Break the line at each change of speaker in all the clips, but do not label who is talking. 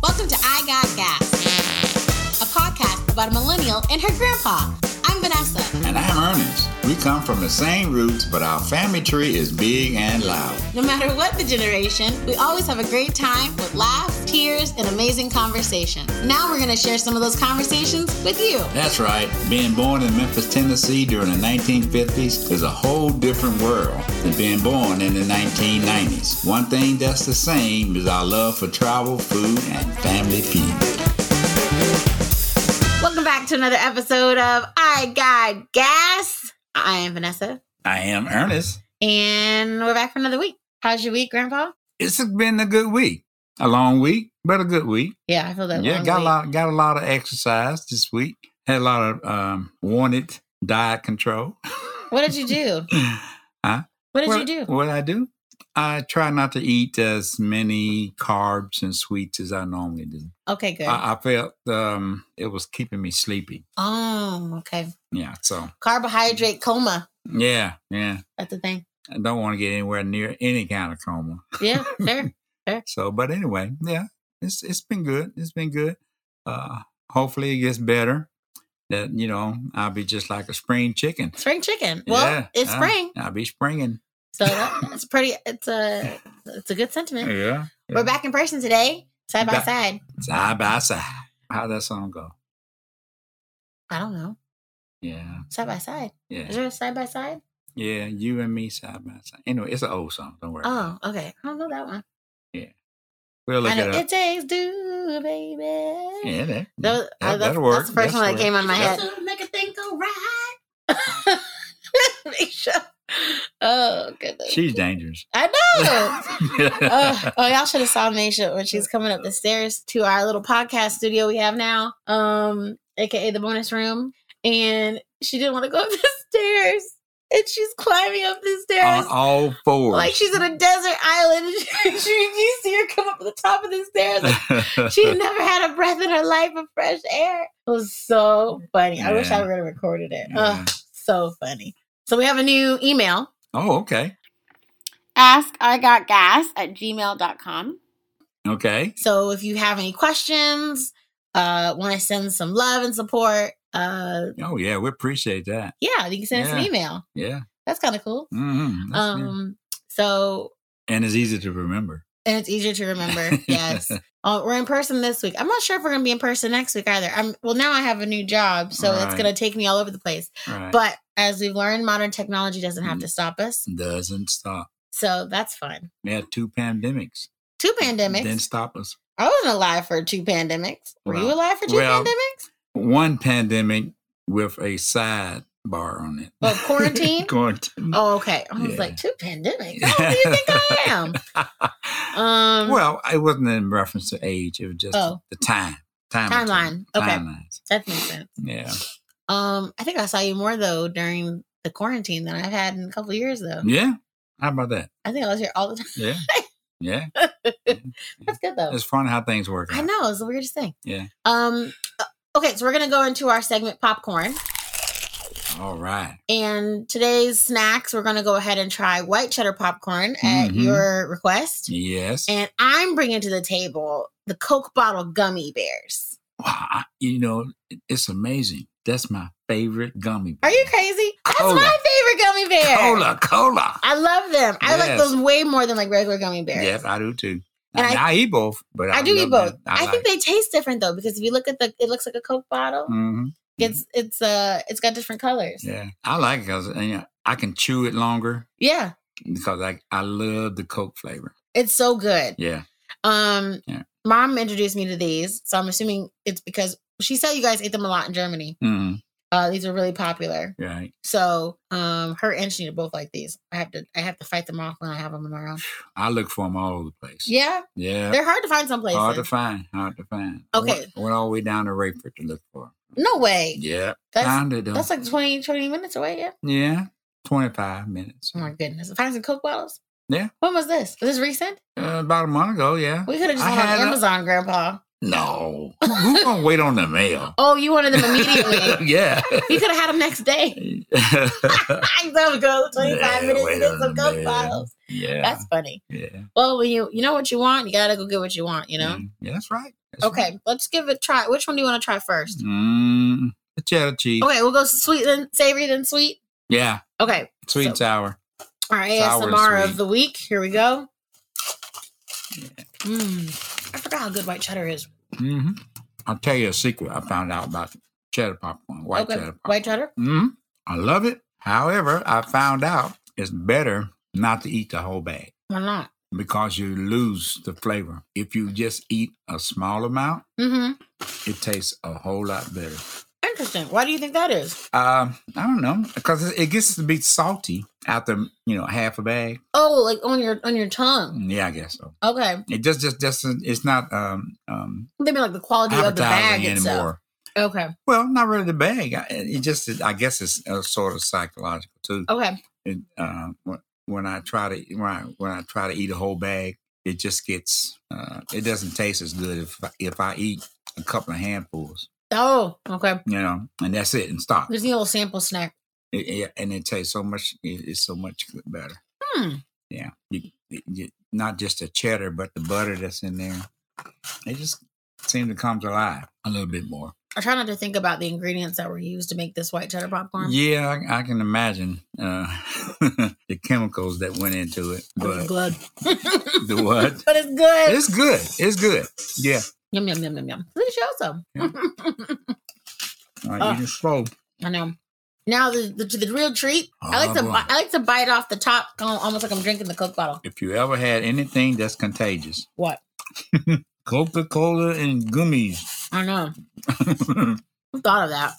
Welcome to I Got Gas, a podcast about a millennial and her grandpa. I'm Vanessa.
And I'm Ernest. We come from the same roots, but our family tree is big and loud.
No matter what the generation, we always have a great time with laughs, tears, and amazing conversation. Now we're going to share some of those conversations with you.
That's right, being born in Memphis, Tennessee during the 1950s is a whole different world than being born in the 1990s. One thing that's the same is our love for travel, food, and family feud.
Welcome back to another episode of I Got Gas. I am Vanessa,
I am Ernest.
and we're back for another week. How's your week, Grandpa?
It's been a good week. A long week, but a good week.
Yeah, I feel that.
yeah,
long
got
week.
a lot got a lot of exercise this week. Had a lot of um, wanted diet control.
What did you do?
Huh?
What did
what,
you do?
What I do? I try not to eat as many carbs and sweets as I normally do.
Okay, good.
I, I felt um, it was keeping me sleepy.
oh, okay.
Yeah. So
Carbohydrate coma.
yeah, yeah.
That's the thing.
I don't want to get anywhere near any kind of coma.
Yeah, fair.
So, but anyway, yeah, it's it's been good. It's been good. Uh, hopefully, it gets better. That you know, I'll be just like a spring chicken.
Spring chicken. Well,
Yeah,
it's
uh,
spring,
I'll be springing.
so that, that's pretty. It's a it's a good sentiment.
Yeah.
We're back in person today, side by
Back.
side.
Side by side. How that song go?
I don't know,
Yeah.
side by side.
Yeah.
Is there a side by side?
Yeah, you and me side by side. Anyway, it's an old song. Don't worry. about
Oh, okay. I don't know that one.
We'll look
I know
it up.
it takes do, baby.
yeah, that,
That was, I-
that,
that's,
will work.
that's the first one that
work.
came on my head.
Just to make a thing go right.
Misha. Oh goodness.
She's dangerous.
I know. oh,
yeah,
oh, y'all should have saw Misha when she's coming up the stairs to our little podcast studio we have now, um, aka the bonus room. And she didn't want to go up the stairs. And she's climbing up the stairs
on all fours.
like she's in a desert island. And she, she, you see her come up to the top of the stairs. like she had never had a breath in her life of fresh air. It was so funny. I wish I
Yeah.
would have recorded it.
Yeah.
Ugh, so funny. So we have a new email.
oh, okay,
Ask I got gas at gmail.com.
okay.
So if you have any questions, uh, want to send some love and support, uh,
Oh yeah, we appreciate that.
yeah, you can send us an
Yeah.
email.
Yeah,
That's kind of cool.
mm-hmm.
Um, so
and it's easy to remember.
and it's easier to remember. yes. Oh, we're in person this week. I'm not sure if we're gonna be in person next week either. I'm well now. I have a new job, so it's
Right.
gonna take me all over the place.
Right.
But as we've learned, modern technology doesn't have
Mm.
to stop us,
doesn't stop.
so that's fun.
We had two pandemics.
Two pandemics.
Didn't stop us.
I wasn't alive for two pandemics. Were you
Well,
alive for two
well,
pandemics?
One pandemic with a sidebar on it.
Well, quarantine?
quarantine.
Oh, okay. I was
Yeah.
like, two pandemics. How old do you think I am? Um,
well, it wasn't in reference to age. It was just
Oh.
the time. time
Timeline. Okay.
Timelines.
that makes sense.
Yeah.
Um, I think I saw you more though during the quarantine than I've had in a couple years though.
Yeah. How about that?
I think I was here all the time.
Yeah. Yeah.
That's good though.
It's funny how things work.
Oh. I
out.
know it's the weirdest thing.
Yeah.
Um, uh, okay, so we're gonna go into our segment popcorn,
All right.
and today's snacks we're gonna go ahead and try white cheddar popcorn at
Mhm.
your request.
Yes.
And I'm bringing to the table the Coke bottle gummy bears.
wow. I- You know, it- it's amazing. That's my favorite gummy
Are
bear.
you crazy? That's
Cola.
my favorite gummy bear.
Cola, cola.
I love them. I like
Yes.
those way more than like regular gummy bears.
Yes, I do too.
And
And
I-
I, I eat both, but I,
I do eat both. I,
like
think they taste different though because if you look at the, it looks like a Coke bottle.
hmm
It's it's uh it's got different colors. Yeah,
Yeah, I like it because you know, I can chew it longer because I I love the Coke flavor.
it's so good.
Yeah,
Um,
Yeah.
mom introduced me to these, so I'm assuming it's because she said you guys ate them a lot in Germany.
hmm
Uh, these are really popular.
right.
So, um, her and Shanita both like these. I have to I have to fight them off when I have them in my room.
I look for them all over the place.
Yeah,
Yeah.
they're hard to find some
Hard to
places.
find. Hard to find.
Okay.
Went, went all the way down to Rayford to look for 'em.
No way.
Yeah.
That's
found it though.
that's like 20, 20 minutes away. Yeah.
yeah. 25 minutes.
Oh my goodness. Find some Coke bottles?
Yeah.
When was this? Was this recent?
Uh, about a month ago, yeah.
We could have just
I
went on
had a-
Amazon, Grandpa.
No. Who's going to wait on the mail?
Oh, you wanted them immediately.
yeah.
you could have had them next day. I love girls. 25
Yeah,
minutes
wait
to get
on
some
the
Coke
mail.
bottles.
yeah.
That's funny.
yeah.
Well, when you you know what you want, you gotta go get what you want. You know.
Yeah, that's right. Mm, That's right.
Okay, let's give it a try. Which one do you want to try first?
Mm, the cheddar cheese.
Okay, we'll go sweet then savory then sweet.
Yeah.
Okay,
Sweet
So-
and sour.
our
Sour and
ASMR of
sweet.
the week. Here we go. Mm, I forgot how good white cheddar is.
hmm I'll tell you a secret I found out about cheddar popcorn, white
okay,
cheddar popcorn.
white cheddar.
Mm, I love it. However, I found out it's better not to eat the whole bag
Why not?
because you lose the flavor. If you just eat a small amount,
Mm-hmm.
it tastes a whole lot better.
Interesting. Why do you think that is?
Um, I don't know because it it gets to be salty after you know half a bag.
Oh, like on your on your tongue.
Yeah, I guess so.
Okay,
It just just just it's not um um
they mean like the quality of the bag
appetizing
itself.
anymore.
Okay, well,
Well, not really the bag. I- It just I guess it's uh, sort of psychological too.
okay,
it, uh, when- when I try to when I, when I try to eat a whole bag, it just gets uh, it doesn't taste as good if I- if I eat a couple of handfuls,
oh, okay.
you know, and that's it and stop. It,
There's a little sample snack.
it- and it tastes so much it, it's so much better.
Hmm.
Yeah, you, you, not just the cheddar, but the butter that's in there. It just seems to come alive a little bit more.
I try not to think about the ingredients that were used to make this white cheddar popcorn.
Yeah, I, I can imagine uh, the chemicals that went into it,
But
but
it's good.
the what?
but it's good.
It's good. It's good. Yeah.
Yum yum yum yum yum. Look at you also.
All right,
Uh,
you can slow.
I know. Now the, the to the real treat. I like to
Oh, boy.
bi- I like to bite off the top, al- almost like I'm drinking the Coke bottle.
If you ever had anything that's contagious,
What?
Coca Cola and gummies,
I know.
you
Who thought of that?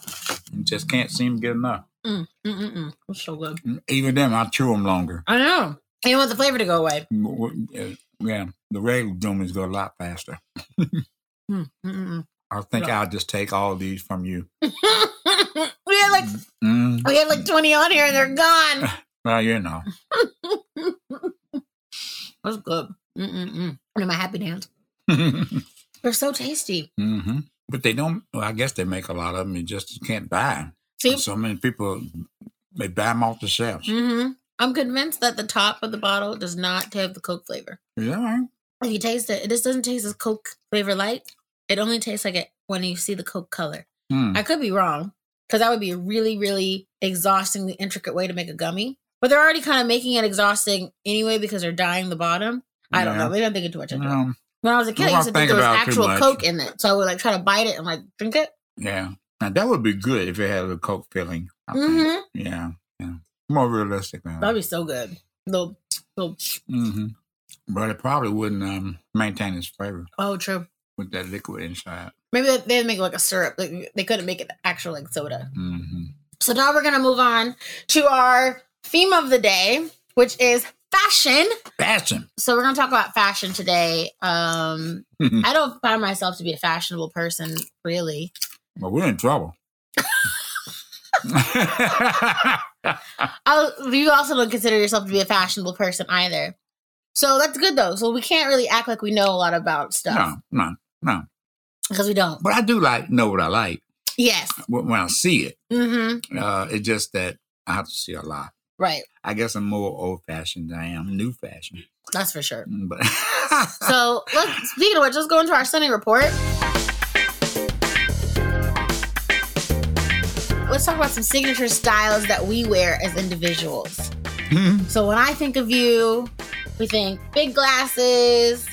just can't seem to get enough.
Mm mm mm. mm. It's so good.
Even them, I chew them longer.
I know. And you want the flavor to go away.
W- w- uh, Yeah, the regular gummies go a lot faster.
Mm mm
I think
Yeah.
I'll just take all these from you.
mm. we had like
Mm,
we had like 20 on here and they're gone.
well, you know.
That's good. Mm mm mm. And my happy dance. They're so tasty.
hmm But they don't, well, I guess they make a lot of them. You just can't buy
See.
them. So many people, they buy them off the shelves.
Mm-hmm. I'm convinced that the top of the bottle does not have the Coke flavor.
Is that right?
if you taste it, it just doesn't taste as Coke flavor like. It only tastes like it when you see the Coke color.
Mm.
I could be wrong because that would be a really, really exhaustingly intricate way to make a gummy. But they're already kind of making it exhausting anyway because they're dyeing the bottom. I don't
Yeah.
know. Maybe I'm thinking too much into it.
Um,
When I was a kid,
You
I used to
won't
think there
think
was
about it too
actual
much.
Coke in it. So I would like try to bite it and like drink it.
Yeah. Now that would be good if it had a little Coke filling. I think.
Mm-hmm.
Yeah. Yeah. More realistic now.
That'd be so good. Little, little,
hmm But it probably wouldn't um, maintain its flavor
oh, true. with
with that liquid inside.
Maybe they- they'd make like a syrup. Like, they couldn't make it actual like soda.
hmm
So now we're gonna move on to our theme of the day, which is fashion.
Fashion.
So we're gonna talk about fashion today. Um, I don't find myself to be a fashionable person, really.
But we're in trouble.
Oh, you also don't consider yourself to be a fashionable person either. So that's good though. So we can't really act like we know a lot about
no,
stuff
no.
because we don't.
But I do like know what I like
Yes.
when when I see it.
Mm-hmm.
Uh, it's just that I have to see a lot.
Right.
I guess I'm more old fashioned than I am new fashioned.
That's for sure.
But
So let's speaking of which, let's go into our Sunday report. Let's talk about some signature styles that we wear as individuals. So when I think of you, we think big glasses,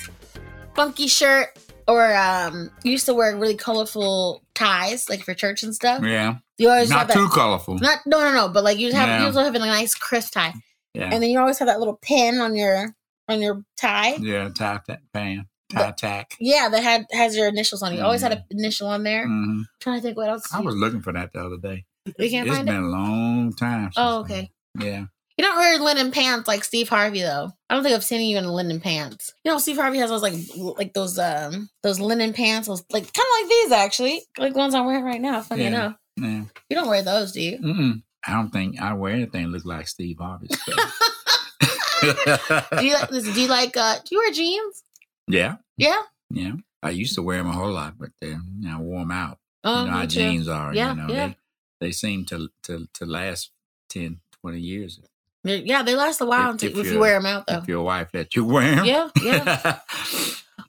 funky shirt, or um, you used to wear really colorful ties, like for church and stuff.
yeah,
You always have
not
that,
too colorful.
not no no no, but like you have
Yeah.
you also have a nice crisp tie,
yeah.
and then you always have that little pin on your on your tie.
Yeah, tie tack pan, tie tack.
Yeah, that had has your initials on it. You always had an initial on there.
Mhm.
trying to think what else.
Mm. I
you-
was looking for that the other day.
we can't
It's
find
been
it.
a long time.
Oh,
since
okay.
then. Yeah.
You don't wear linen pants like Steve Harvey though. I don't think I've seen you in linen pants. You know, Steve Harvey has those like l- like those um those linen pants, those like kind of like these actually, like the ones I'm wearing right now. Funny
Yeah.
enough,
yeah.
you don't wear those, do you?
Mm-mm. I don't think I wear anything that look like Steve Harvey. so.
Do you like? listen, Do you like? uh Do you wear jeans?
yeah.
Yeah.
Yeah. I used to wear them a whole lot, but they're now warm out.
Oh,
you know
me
how
too.
jeans are.
Yeah,
you know,
yeah.
they, they seem to, to to last 10, 20 years
They're- yeah, they last a while
If-
until,
if
if, you
you're-
wear them out, though.
if your wife let you wear them.
Oh. Yeah, yeah.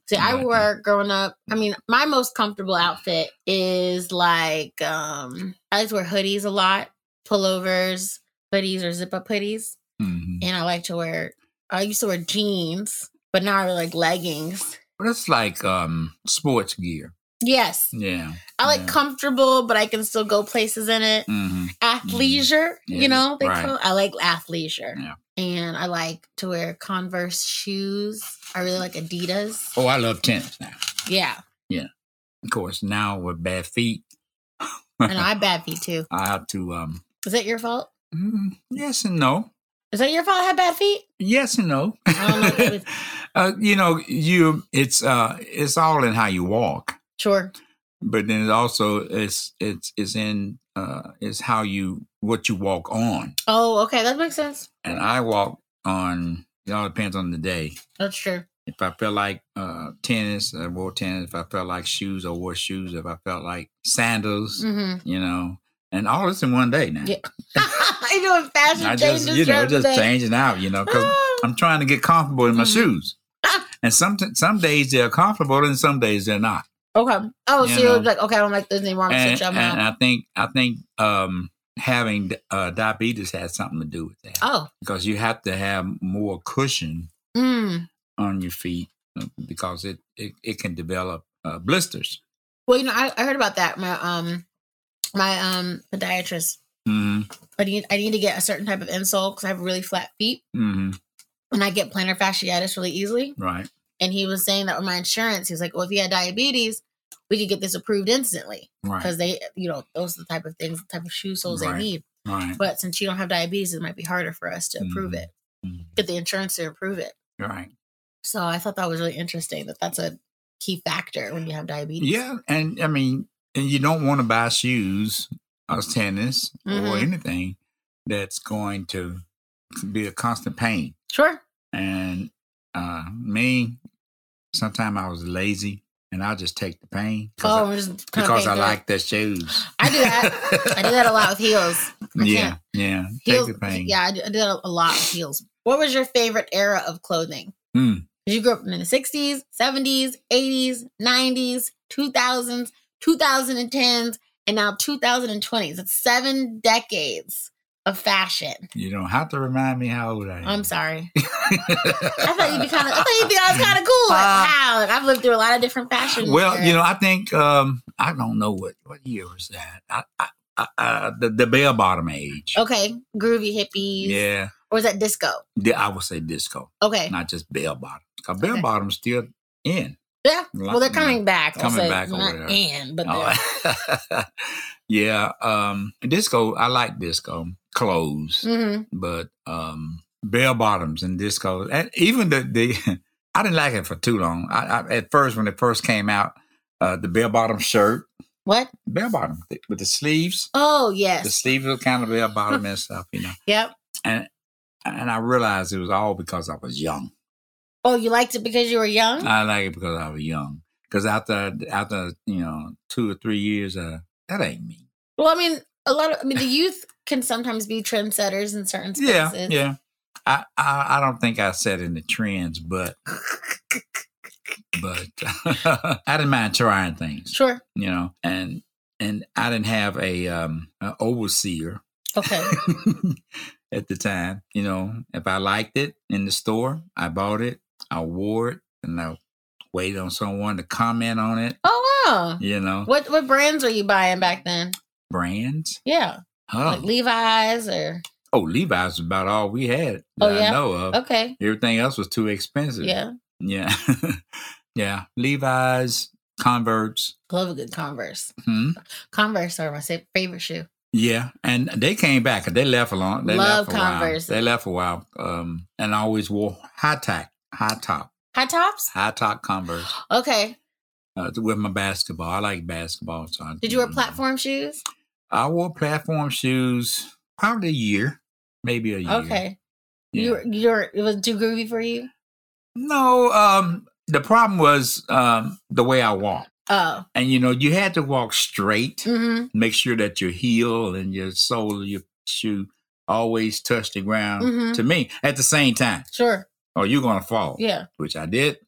See, I
Right.
wore growing up. I mean, my most comfortable outfit is like um I just wear hoodies a lot, pullovers, hoodies or zip up hoodies,
Mhm.
and I like to wear. I used to wear jeans, but now I wear like leggings.
But it's like um sports gear.
Yes,
Yeah.
I like
Yeah.
comfortable, but I can still go places in it.
hmm
Athleisure,
Yeah,
you know, they
right.
call, I like athleisure,
Yeah.
and I like to wear Converse shoes. I really like Adidas.
Oh, I love tennis now.
Yeah,
Of course, now with bad feet,
and I bad feet too.
I have to. um
Is that your fault?
mm, Yes and no.
Is that your fault? I had bad feet.
Yes and no.
don't know what it-
uh, you know, you it's uh it's all in how you walk.
Sure.
but then it also it's it's it's in uh it's how you what you walk on
Oh, okay, that makes sense.
and i walk on it all depends on the day
That's true.
if i felt like uh tennis i wore tennis if i felt like shoes i wore shoes if i felt like sandals
hmm
you know and all this in one day now
Yeah. you know, fashion
i just
changes
you know
throughout the
just
day.
changing out you know because
Ah,
i'm trying to get comfortable in my
Mhm.
shoes and some some days they're comfortable and some days they're not
okay. Oh,
You
so you're
know.
like, okay, I don't like this anymore. I'm gonna
and,
switch up
and
now.
I think I think um, having uh, diabetes has something to do with that
Oh.
because you have to have more cushion
Mm.
on your feet uh, because it it, it can develop uh, blisters.
Well, you know, I, I heard about that. My um, my um, podiatrist.
hmm
I need I need to get a certain type of insole because I have really flat feet
hmm
and I get plantar fasciitis really easily.
Right.
And he was saying that with my insurance, he was like, "Well, if you had diabetes, we could get this approved instantly
Right.
because they, you know, those are the type of things, the type of shoe soles
Right.
they need."
Right.
But since you don't have diabetes, it might be harder for us to approve
Mhm.
it,
Mhm.
get the insurance to approve it.
Right.
So I thought that was really interesting that that's a key factor when you have diabetes.
Yeah, and I mean, and you don't want to buy shoes or tennis or
Mhm.
anything that's going to be a constant pain.
Sure.
And uh, me, sometimes I was lazy and I just take the pain
Oh,
I,
we're just kind of
because I
paying
like the shoes.
I do that. I do that a lot with heels. I
yeah,
can't.
yeah. Take
Heels.
the pain.
Yeah, I do, I do that a lot with heels. What was your favorite era of clothing?
Mm.
Did you grow up in the 60s, 70s, 80s, 90s, 2000s, 2010s, and now 2020s? That's seven decades of fashion.
You don't have to remind me how old I am.
I'm sorry.
I
I thought you'd be kind of. I thought you'd think I was kind of cool. Like,
Uh,
wow, like, I've lived through a lot of different fashion.
Well, you
eras.
know, I think um, I don't know what what year was that. I, I, I, I the the bell bottom age.
Okay, groovy hippies.
Yeah,
Or was that disco?
Di- I would say disco,
Okay.
not just bell bottom. Cause bell
Okay.
bottoms still in.
Yeah.
Lot-
Well, they're coming back. I'll
Coming
say,
back or
not
whatever.
in, but
Oh,
they're-
yeah, um, disco. I like disco clothes,
Mhm.
but um, bell bottoms and disco, and even the the. I didn't like it for too long. I, I at first when it first came out, uh, the bell bottom shirt,
what?
bell bottom th- with the sleeves,
Oh
the
yes.
sleeves were kind of bell bottom and stuff, you know.
Yep.
And I realized it was all because I was young.
Oh, you liked it because you were young.
I like it because I was young. Because after after you know two or three years, uh, that ain't me.
well, I mean, a lot of. I mean, the youth can sometimes be trendsetters in certain spaces.
Yeah, yeah. I, I I don't think I said in the trends, but but I didn't mind trying things,
Sure.
you know, and and I didn't have a um an overseer
Okay.
at the time, you know. If I liked it in the store, I bought it, I wore it, and I waited on someone to comment on it,
oh wow.
you know.
What what brands were you buying back then?
Brands,
Yeah,
huh?
like Levi's or
oh, Levi's was about all we had that
Oh, yeah?
I know of.
okay.
Everything else was too expensive.
Yeah,
Yeah. yeah. Levi's, Converts.
love a good Converse.
Hmm.
Converse are my sa- favorite shoe.
Yeah. And they came back. They left a long they
Love
left a while.
Converse.
They left a while. Um and I always wore high top, high top,
High tops?
high top Converse.
Okay.
Uh, with my basketball. I like basketball. So I,
Did you wear platform shoes?
I wore platform shoes probably a year. Maybe a year.
Okay.
Yeah.
You were, you were, it was too groovy for you?
No, um, the problem was um, the way I walked.
Oh.
And you know, you had to walk straight,
hmm
make sure that your heel and your sole of your shoe always touch the ground
Mhm.
to me at the same time,
Sure.
or you're going to fall,
Yeah.
which I did.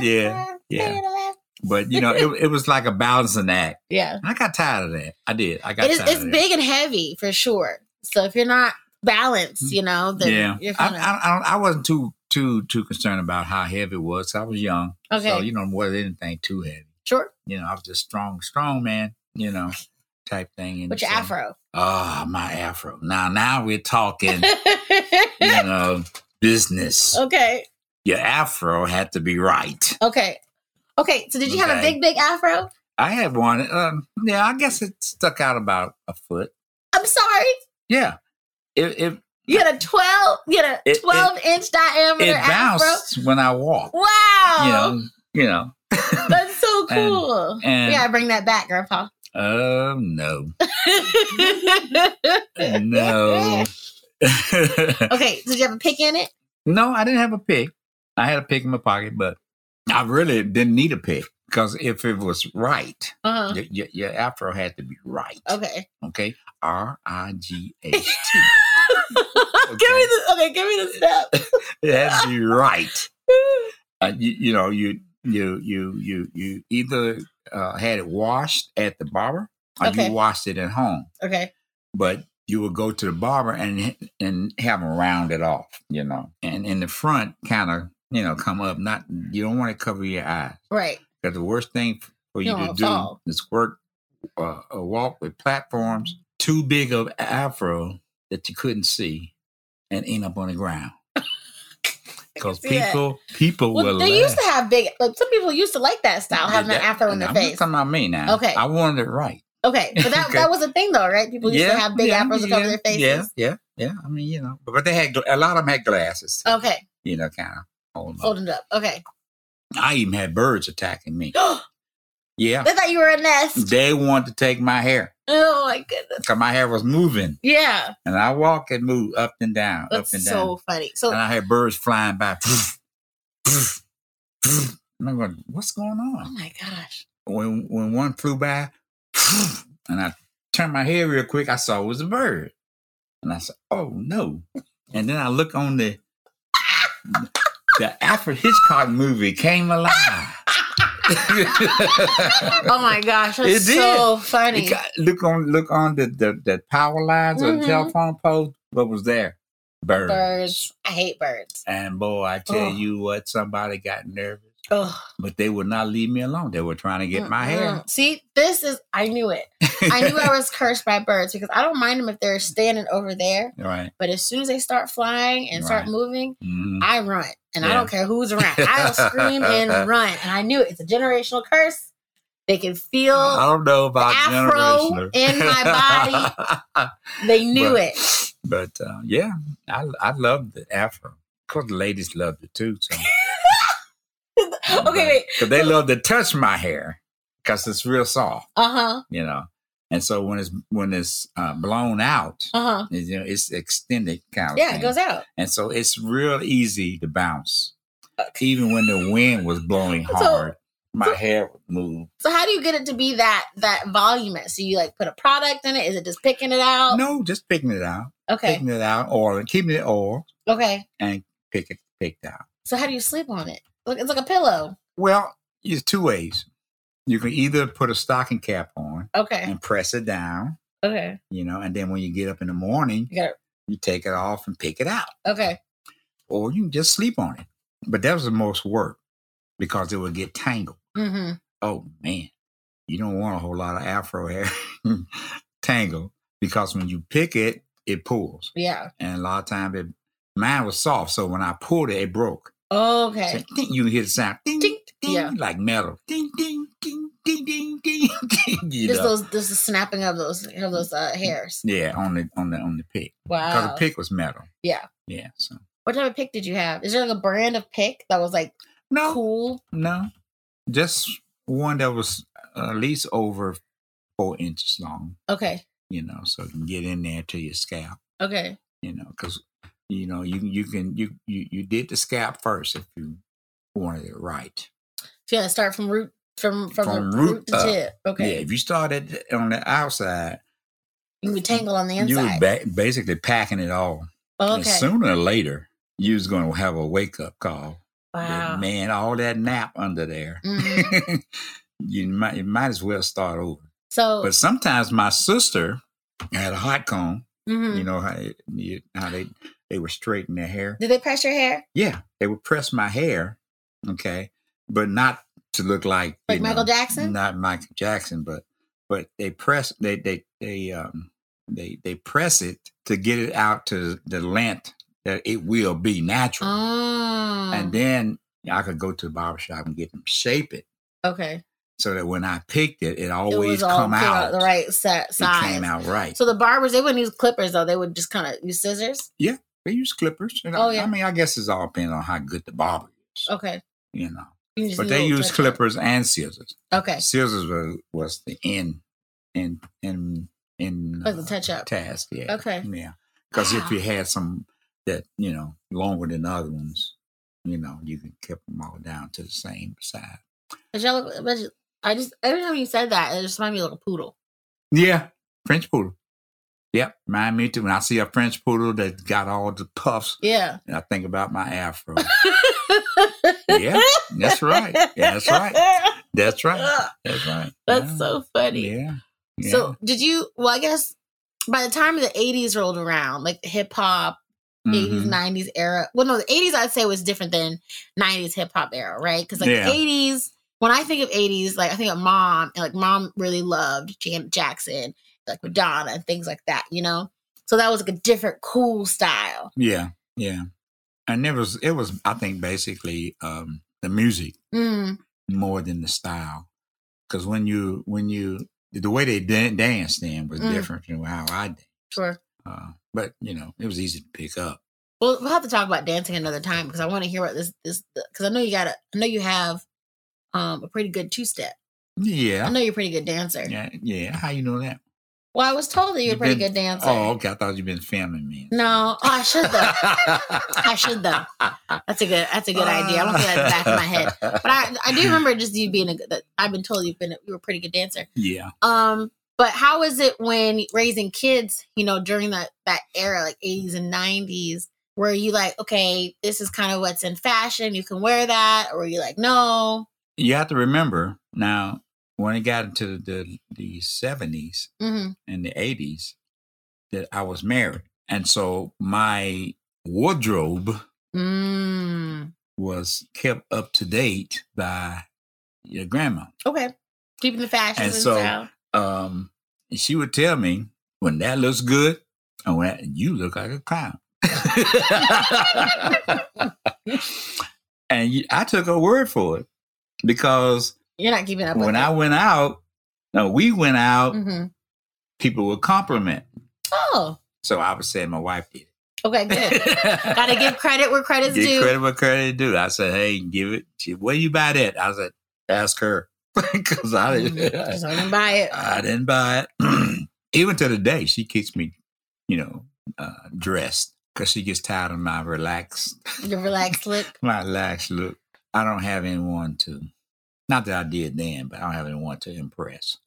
yeah.
yeah. But you know, it, it was like a balancing act.
Yeah.
And I got tired of that. I did. I got
It is,
tired
it's
of that.
big and heavy for sure. So if you're not balanced, you know, then
Mm, yeah.
you're
I,
kind of.
I, I, don't- I wasn't too too too concerned about how heavy it was. I was young.
Okay.
So you know, more than anything too heavy.
Sure.
You know, I was just strong, strong man, you know, type thing. And
But your
so-
afro.
Ah, my afro. Now now we're talking, you know, business.
okay.
Your afro had to be right.
Okay. Okay. So did you have a
Okay.
big, big afro?
I had one. Um, yeah, I guess it stuck out about a foot.
I'm sorry.
Yeah. It it,
You had a 12, you had a
It- it-
12 inch diameter
it
afro.
bounced when I walked.
Wow.
You know, you know.
That's so
And-
cool.
and-
yeah, bring that back, Grandpa.
Oh no. No.
okay, did you have a pick in it?
No, I didn't have a pick. I had a pick in my pocket, but I really didn't need a pick because if it was right,
Uh-huh. Oh.
your, your, your afro had to be right.
Okay.
Okay. R I G H T.
give me the okay, give me the step.
It had to be right. Uh, you, you know, you you you you you either uh, had it washed at the barber or
Okay.
you washed it at home,
okay.
but you would go to the barber and and have them round it off, you know, and in the front kind of you know come up. Not you don't want to cover your eyes.
Right.
Because the worst thing for
You
you
don't
to
wanna
do
fall.
is work uh, a walk with platforms too big of afro that you couldn't see and end up on the ground. Because
see that.
people, people
Well,
will.
they used
laugh.
to have big like some people used to like that style, having
Yeah,
an afro in
and
their
I'm
face.
Not talking about me now.
Okay.
I wanted it right.
Okay. But that,
Okay.
that was a thing though, right? People used to have big afros that cover their
Yeah,
faces.
yeah, yeah. I mean, you know, but, but they had gl- a lot of them had glasses.
Okay.
You know, kind of. Hold
Fold it up. Okay.
I even had birds attacking me.
they
Yeah,
thought you were a nest.
they wanted to take my hair
Oh my goodness.
because my hair was moving.
Yeah.
And I walk and move up and down,
That's
up and down.
so funny. So
and I hear birds flying by. and I'm going, what's going
oh
on?
my gosh.
When when one flew by, and I turned my head real quick, I saw it was a bird. And I said, oh no. And then I look on the the Alfred Hitchcock movie came alive.
Oh my gosh.
It
That's
did.
so funny.
It got- look on look on the the, the power lines or
Mhm.
the telephone poles. What was there? Birds.
Birds. I hate birds.
And boy, I tell
Ugh.
you what, somebody got nervous,
Oh,
but they would not leave me alone. They were trying to get my hair.
See, this is I knew it. I knew I was cursed by birds because I don't mind them if they're standing over there,
right.
but as soon as they start flying and start
Right.
moving,
Mhm.
I run. And I
Yeah.
don't care who's around. I'll scream and run. And I knew it. It's a generational curse. They can feel
I don't know about
afro
generational.
in my
body.
they knew
but-
it.
but uh, yeah, I I loved the afro. Of course, the ladies loved it too. So.
Okay, wait.
'Cause they love to touch my hair because it's real soft,
Uh-huh.
you know. And so when it's when it's uh, blown out,
Uh-huh.
it's, you know, it's extended kind of
Yeah,
thing.
it goes out.
And so it's real easy to bounce.
Uh,
Even when the wind was blowing hard, my hair would move.
So how do you get it to be that that voluminous? So you like put a product in it? Is it just picking it out?
No, just picking it out.
Oh. Okay.
Picking it out, or keeping it oil,
Okay.
pick it picked out.
So how do you sleep on it? Look, it's like a pillow.
Well, there's two ways. You can either put a stocking cap on
Okay.
and press it down,
Okay.
you know, and then when you get up in the morning,
You got it.
you take it off and pick it out.
Okay.
Or you can just sleep on it. But that was the most work because it would get tangled.
Mm-hmm.
oh man, you don't want a whole lot of afro hair tangle because when you pick it, it pulls.
Yeah.
And a lot of times it mine was soft, so when I pulled it, it broke. So
Okay.
ding, you hear the sound ding
Ding.
ding,
Yeah.
like metal. Ding ding ding ding ding ding ding. you
Just
know?
those, just the snapping of those, of those uh, hairs.
yeah, on the on the on the pick. Because
Wow.
the pick was metal.
Oh. Yeah.
Yeah. So
What type of pick did you have? Is there like a brand of pick that was like
no,
cool?
no. Just one that was at least over four inches long,
Okay.
you know, so it can get in there to your scalp.
Okay.
you know, because You know, you you can you you you did the scalp first if you wanted it right.
So you gotta start from root from from,
From
the
root
root to
up.
tip. Okay.
Yeah, if you started on the outside,
You would tangle on the
you was
inside.
ba- basically packing it all.
okay.
And sooner or later, you was going to have a wake up call.
wow.
That, man, all that nap under there.
Mhm.
you might you might as well start over.
So
But sometimes my sister had a hot comb.
mhm.
You know how it- you, how they they would straighten their hair.
did they press your hair?
Yeah, they would press my hair, okay, but not to look like
Like
you
Michael
know,
Jackson?
Not Michael Jackson, but but they press they they they um they they press it to get it out to the length that it will be natural,
Oh.
and then I could go to the barber shop and get them shape it
okay.
so that when I picked it, it
It
always
all
come
came
out
the right set,
It
size.
came out right.
So the barbers they wouldn't use clippers though. They would just kind of use scissors.
They use clippers. And
Oh,
I,
yeah.
I mean, I guess it's all depends on how good the barber is,
Okay.
you know.
You just
But
do
they
little
use
touch-up.
clippers and scissors.
Okay.
Scissors was, was the end, in in in
Like Oh, the touch up.
task. Yeah.
Okay.
Yeah. Because
Wow.
if you had some that you know longer than other ones, you know, you could keep them all down to the same size.
But y'all look- but you- I just every time you said that, it just reminded me of like a poodle.
Yeah. French poodle. Yep. Mind me too. When I see a French poodle that got all the puffs,
Yeah.
and I think about my afro. yeah. That's right. Yeah, that's right. That's right.
Ugh,
That's right.
That's
Yeah.
so funny.
Yeah. yeah.
So did you? Well, I guess by the time the '80s rolled around, like hip hop, '80s,
Mhm.
'90s era. Well, no, the '80s I'd say was different than '90s hip hop era, right? Because like
Yeah.
the '80s, when I think of '80s, like I think of mom, and like mom really loved Janet Jackson, like Madonna, and things like that. You know, so that was like a different cool style.
Yeah. Yeah. And it was it was I think basically um the music
Mm,
more than the style. Cuz when you when you the way they dan- danced then was
Mm.
different from how I did.
sure.
Uh, but you know, it was easy to pick up.
Well, we'll have to talk about dancing another time because I want to hear about this. This because I know you got. to I know you have um a pretty good two step. I
Yeah.
know you're a pretty good dancer.
Yeah. Yeah. How you know that?
Well, I was told that you're a
You've
pretty
been-
good dancer.
Oh, okay. I thought you'd been filming me.
No, oh, I should though.
I
should, though. That's a good. That's a good idea. I don't think that's back of my
Uh.
head. But I, I do remember just you being a. good- That I've been told you've been a, you were a pretty good dancer.
Yeah.
Um, but how is it when raising kids? You know, during that that era, like eighties and nineties, were you like, okay, this is kind of what's in fashion. You can wear that, or were you like, no?
You have to remember now when it got into the the seventies,
hmm
in the 80s that I was married. And so my wardrobe
Mm.
was kept up to date by your grandma.
Okay. Keeping the fashion and
And so-
style.
Um, and she would tell me when that looks good, and when that- you look like a clown. and you- I took her word for it because
You're not keeping up.
when I went out, no, we went out,
hmm
people would compliment.
Oh,
So I would say my wife did.
okay, good. Gotta give credit where credit's
Get
due.
credit where credit due. I said, hey, give it. She, where you buy that? I said, ask her because I
Mhm. Just
didn't.
don't buy it.
I didn't buy it. Even to the day, she keeps me, you know, uh, dressed because she gets tired of my relaxed,
The relaxed look.
my relaxed look. I don't have anyone to, not that I did then, but I don't have anyone to impress.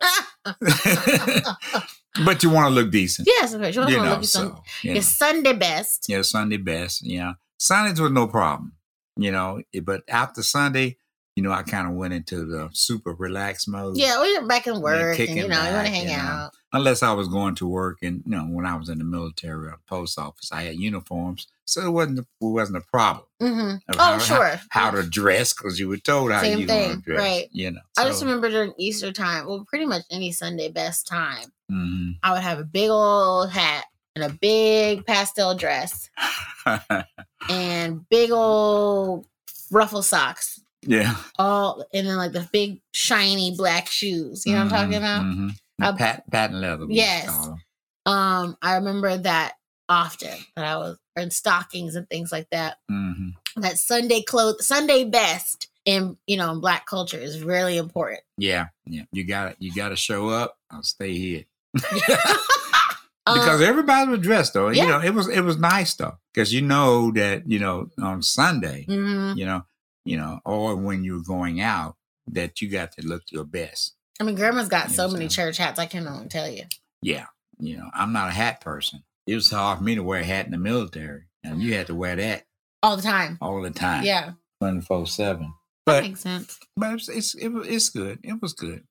but you want to look decent,
yes, okay. She wants
you
to
know.
look some
So you
your
know.
Sunday best.
Yeah, Sunday best. You know, Sundays was no problem. You know, It- but after Sunday, you know, I kind of went into the super relaxed mode.
Yeah, we are back in work, and
kicking
you know, you want to
back,
hang
you know.
out.
Unless I was going to work, and you know, when I was in the military or the post office, I had uniforms, so it wasn't it wasn't a problem
hmm
of
Oh,
how-
sure.
how to dress because you were told how
Same
you were
thing,
to dress.
right.
You know,
I just
so-
remember during Easter time, well, pretty much any Sunday best time,
Mhm.
I would have a big old hat and a big pastel dress and big old ruffle socks,
yeah,
all and then like the big shiny black shoes. You know what I'm talking
Mhm,
about?
mhm.
Uh,
Pat, patent leather. we used to
yes.
call 'em.
Um, I remember that often that I was or in stockings and things like that.
Mhm.
That Sunday clothes, Sunday best in you know in black culture is really important.
Yeah, yeah. You got to You got to show up. I'll stay here.
Um,
because everybody was dressed though.
yeah.
You know, it was it was nice though because you know that you know on Sunday,
mhm.
you know, you know, or when you're going out that you got to look your best.
I mean, grandma's got so
Yeah,
many
so-
church hats. I can't even tell you.
Yeah, you know, I'm not a hat person. It was hard for me to wear a hat in the military, and you had to wear that
All the time.
all the time,
Yeah.
twenty four seven.
That
But
makes sense.
but it's it's it, wa- it's good. It was good.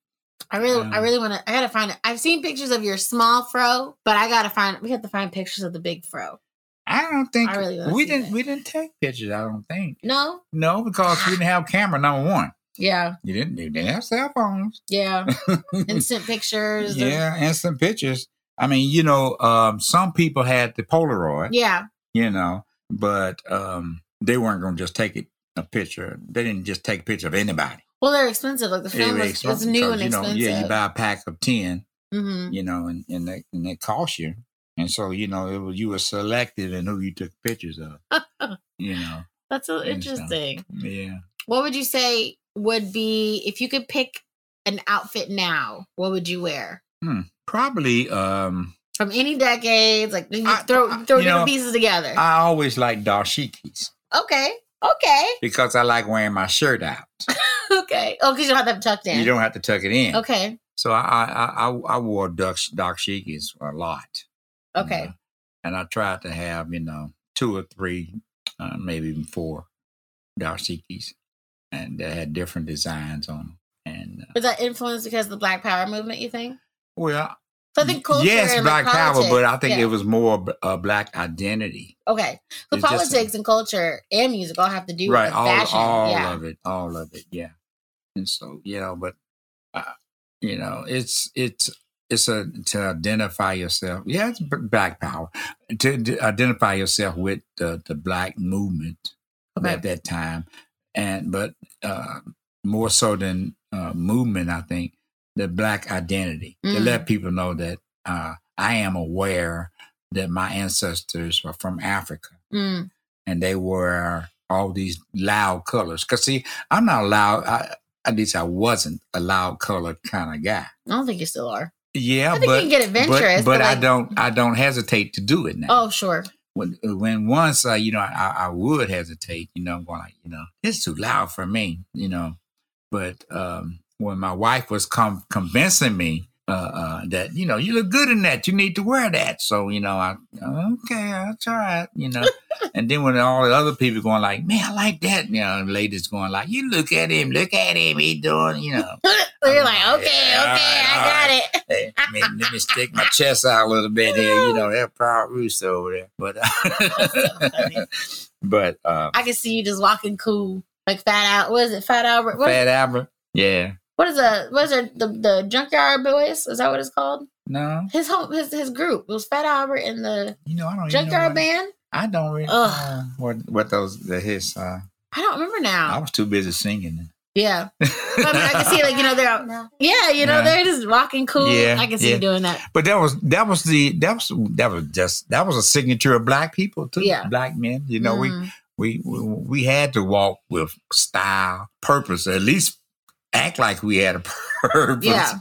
I really, I
Um,
really want to. I gotta find it. I've seen pictures of your small fro, but I gotta find. We have to find pictures of the big fro.
I don't think
I really wanna
we
see
didn't
that.
we didn't take pictures. I don't think
No.
no because we didn't have camera number one.
Yeah.
You didn't you didn't have cell phones.
Yeah. Instant pictures. of-
yeah, and some pictures. I mean, you know, um, some people had the Polaroid,
Yeah.
you know, but um, they weren't going to just take it a picture. They didn't just take a picture of anybody.
Well, they're expensive. Like the
It
film
was
was, was
expensive
new
because,
and
you know,
expensive.
yeah, you buy a pack of ten,
hmm
you know, and and they, and they cost you, and so you know, it was you were selective in who you took pictures of. you know,
That's so
Yeah, so-
interesting.
yeah.
What would you say would be if you could pick an outfit now? What would you wear
Probably, um,
from any decades? Like you
I-
throw
I-
throw
you
different
know,
pieces together.
I always like dashikis
okay. Okay.
because I like wearing my shirt out.
Okay. Oh, because you don't have them tucked in.
You don't have to tuck it in.
Okay.
So I I I, I- I wore duck dark shikis a lot. you
Okay.
know, and I tried to have you know two or three, uh, maybe even four dark shikis, and they had different designs on. 'em. And uh,
Was that influenced because of the Black Power movement? You think?
well,
So I think culture.
yes,
and,
black
like,
power,
politics-
but I think
yeah.
it was more b- uh, black identity.
okay. So
it's just-
politics and culture and music all have to do
right,
with
all
fashion.
all
yeah.
of it, all of it, yeah. And so you know, but uh, you know, it's it's it's a to identify yourself. Yeah, it's b- black power to, d identify yourself with the the black movement
Okay.
at that time, and but uh, more so than uh, movement, I think the black identity to
Mm.
let people know that uh, I am aware that my ancestors were from Africa
Mm.
and they were all these loud colors. Cause see, I'm not loud. I, at least I wasn't a loud colored kind of guy.
I don't think you still are.
Yeah,
I think
but
you can get
but,
adventurous,
but, I
like-
don't I don't hesitate to do it now.
Oh, sure.
When uh, when once I you know I, I would hesitate. You know, I'm going like you know it's too loud for me. You know, but um, when my wife was com- convincing me. Uh, uh, that you know you look good in that you need to wear that so you know I okay I'll try it you know and then when all the other people going like man I like that you know and ladies going like you look at him look at him he doing you know
so you're like, okay,
Oh, Yeah, all
okay,
right, all
I got it.
Hey, let, me, let me stick my chest out a little bit here. You know, that proud rooster over there. But,
so funny.
uh, but uh,
I can see you just walking cool, like Fat Out. What is it, Fat Albert? What,
Fat Albert, yeah,
what is a what is it? The the Junkyard Boys? Is that what it's called?
no,
His whole his his group it was Fat Albert and the
Oh, you know, I don't. Even know
Junkyard
what-
Band.
I don't really.
Ugh.
Uh, what what those the his? Uh,
I don't remember
I
now.
was too busy singing.
Yeah, But I mean, I can see like you know they're out.
No.
Yeah, you know
Yeah.
they're just walking cool.
Yeah,
I can see
yeah.
you doing that.
But that was that was the that was that was just that was a signature of black people too.
Yeah.
black men. You know, we
Mm.
we we we had to walk with style, purpose, at least act like we had a purpose.
Yeah.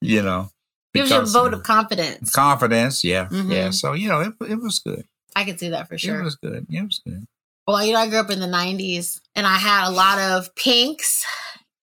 You know.
gives you a
because-
vote of confidence.
confidence. Yeah,
Mhm.
yeah. So you know, it, it was good.
I can see that for
It
sure.
was good. It was good.
Well, you know, I grew up in the '90s, and I had a lot of pinks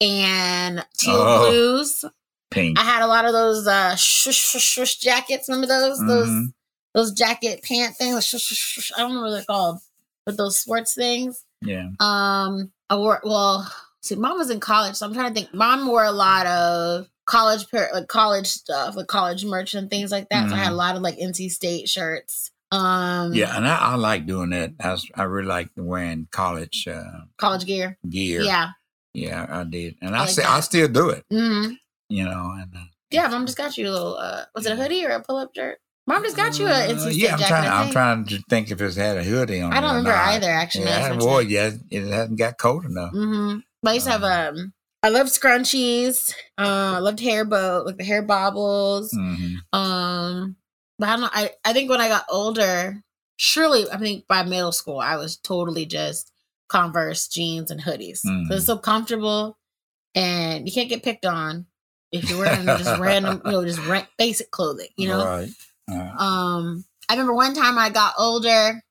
and teal
Oh.
blues.
Pink.
I had a lot of those uh, shush, shush, shush jackets. Remember those? Those
Mhm.
those jacket pant things. Shush, shush, shush. I don't know what they're called, but those sports things.
Yeah.
Um, I wore well. See, mom was in college, so I'm trying to think. Mom wore a lot of college pair, like college stuff, like college merch and things like that. So I had a lot of like NC State shirts. Um,
Mm-hmm. Yeah, and I, I like doing that. I, s- I really like wearing college uh,
college gear.
gear.
Yeah.
yeah, I did, and
I
I,
like
say
that.
I still do it.
hmm
You know, and uh,
Yeah, mom just got you a little. Uh, was it a hoodie or a pull-up shirt? Mom just got you a NC
uh,
State
yeah. I'm
jacket.
trying.
I
I'm
think.
trying to think if it's had a hoodie on.
I
it
don't
or
remember
not.
either. Actually,
Yeah, I
now that
haven't
you
wore
mention
it yet. It hasn't got cold enough.
it. Mhm. But I used to have um. I loved scrunchies. Uh, I loved hair bow, like the hair bobbles.
Mhm.
Um, but I don't. know, I I think when I got older, surely I think by middle school I was totally just Converse jeans and hoodies. So
Mhm.
it's so comfortable, and you can't get picked on if you're wearing just random, you know, just ra- basic clothing. You know.
Right. Uh,
Um, I remember one time I got older,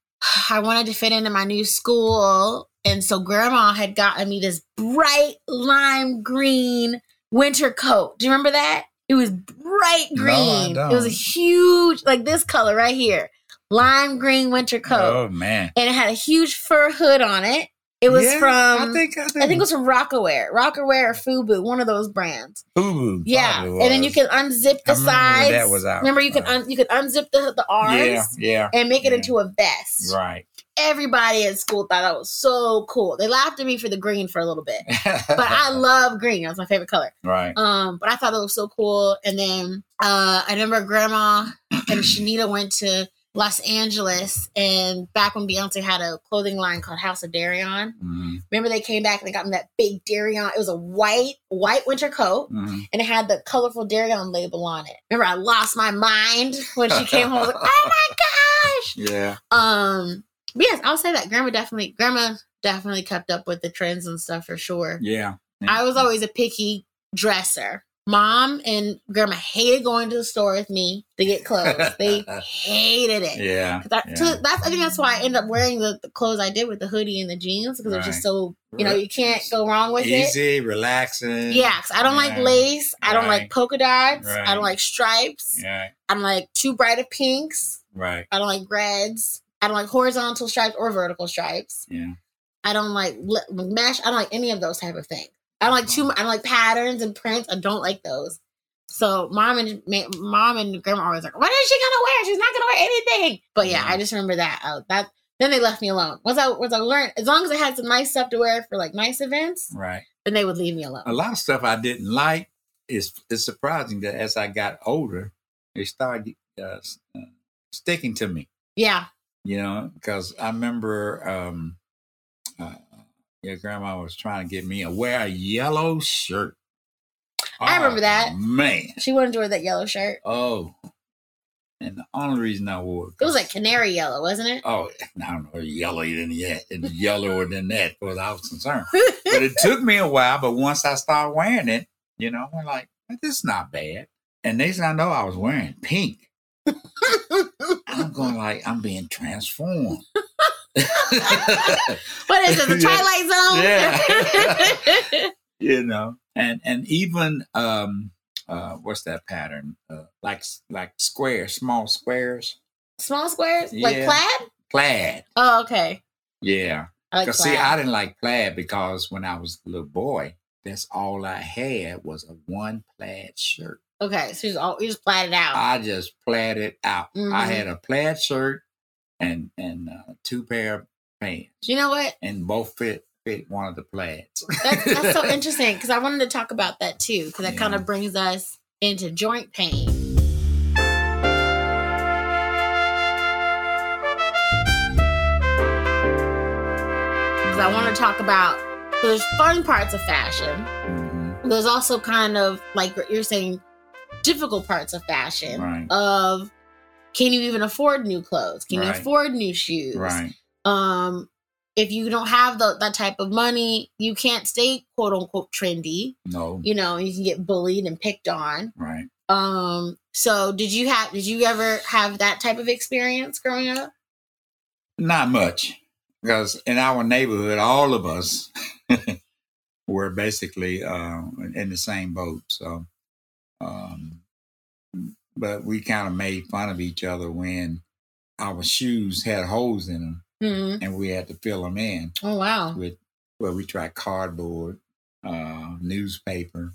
I wanted to fit into my new school. And so grandma had gotten me this bright lime green winter coat. Do you remember that? It was bright
No, I
green. it was a
don't.
huge, like this color right here lime green winter coat.
oh man,
And it had a huge fur hood on it. It was
Yeah,
from,
I think I think,
Um, I think it was from Rockaware, Rockaware or Fubu, one of those brands.
Fubu
Yeah,
probably
and then you
was.
can unzip the
I remember when
sides.
that was out.
Remember, you can un- you can unzip the the arms
Yeah, yeah,
and make it
yeah.
into a vest.
right.
Everybody at school thought that was so cool. They laughed at me for the green for a little bit, but I love green. That's my favorite color.
right.
Um, but I thought it was so cool. And then uh, I remember Grandma and Shanita went to Los Angeles, and back when Beyonce had a clothing line called House of Darion.
Mhm,
Remember they came back and they got me that big Darion. It was a white white winter coat
mhm.
and it had the colorful Darion label on it. Remember, I lost my mind when she came home. I was like, oh my gosh.
Yeah,
Um, but yes, I'll say that grandma definitely, grandma definitely kept up with the trends and stuff for sure.
yeah.
I was always a picky dresser. Mom and grandma hated going to the store with me to get clothes. they hated it.
yeah,
That,
yeah.
so that's I think that's why I end up wearing the, the clothes I did with the hoodie and the jeans because it's just
Right.
so you know you can't go wrong with it.
easy, relaxing.
Yeah, 'cause I don't like
Yeah.
lace. I don't like
Right.
polka dots. I
Right.
don't like stripes.
Yeah,
I don't like too bright of pinks.
right.
I don't like reds. I don't like horizontal stripes or vertical stripes.
Yeah,
I don't like li- mesh. I don't like any of those type of things. I don't like too. mu- I don't like patterns and prints. I don't like those. So mom and ma- mom and grandma always like, what is she gonna wear? She's not gonna wear anything. But yeah,
Yeah.
I just remember that. Uh, that then they left me alone. Once I once I learned, as long as I had some nice stuff to wear for like nice events,
right.
then they would leave me alone.
A lot of stuff I didn't like is it's surprising that as I got older, it started uh, s- uh, sticking to me.
Yeah,
You know, because I remember um, uh, your grandma was trying to get me to wear a yellow shirt.
I
Oh,
remember that.
man.
she wanted to wear that yellow shirt.
Oh, and the only reason I wore
It was like canary yellow, wasn't it?
oh, I don't know, yellow than that, it's yellower than that, because I was concerned. But it took me a while. But once I started wearing it, you know, I'm like, this is not bad. And next thing I know, I was wearing pink. I'm going like, I'm being transformed.
what is it? The
Yeah.
Twilight Zone?
you know, and and even um, uh, what's that pattern? Uh, like like squares, small squares,
Small squares? Like
Yeah.
plaid?
plaid.
Oh, okay.
Yeah.
I like plaid.
Cause see, I didn't like plaid because when I was a little boy, that's all I had was a one plaid shirt.
okay, so you just, all, you just plaid it out.
I just plaid it out. I
Mhm.
had a plaid shirt and and uh, two pair of pants,
you know what?
and both fit fit one of the plaids.
That's, that's so interesting because I wanted to talk about that too because that
Yeah.
kind of brings us into joint pain. Because I want to talk about so there's fun parts of fashion.
Mhm.
there's also kind of like you're saying difficult parts of fashion
Right.
of can you even afford new clothes can
Right.
you afford new shoes
Right.
um if you don't have the, that type of money you can't stay quote unquote trendy
No.
you know you can get bullied and picked on
Right.
um so did you have did you ever have that type of experience growing up
Not much, because in our neighborhood, all of us were basically uh, in the same boat. So, um, but we kind of made fun of each other when our shoes had holes in them,
hmm
and we had to fill them in
oh wow
with. Well, we tried cardboard, uh, newspaper.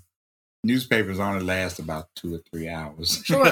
Newspapers only last about two or three hours.
Sure.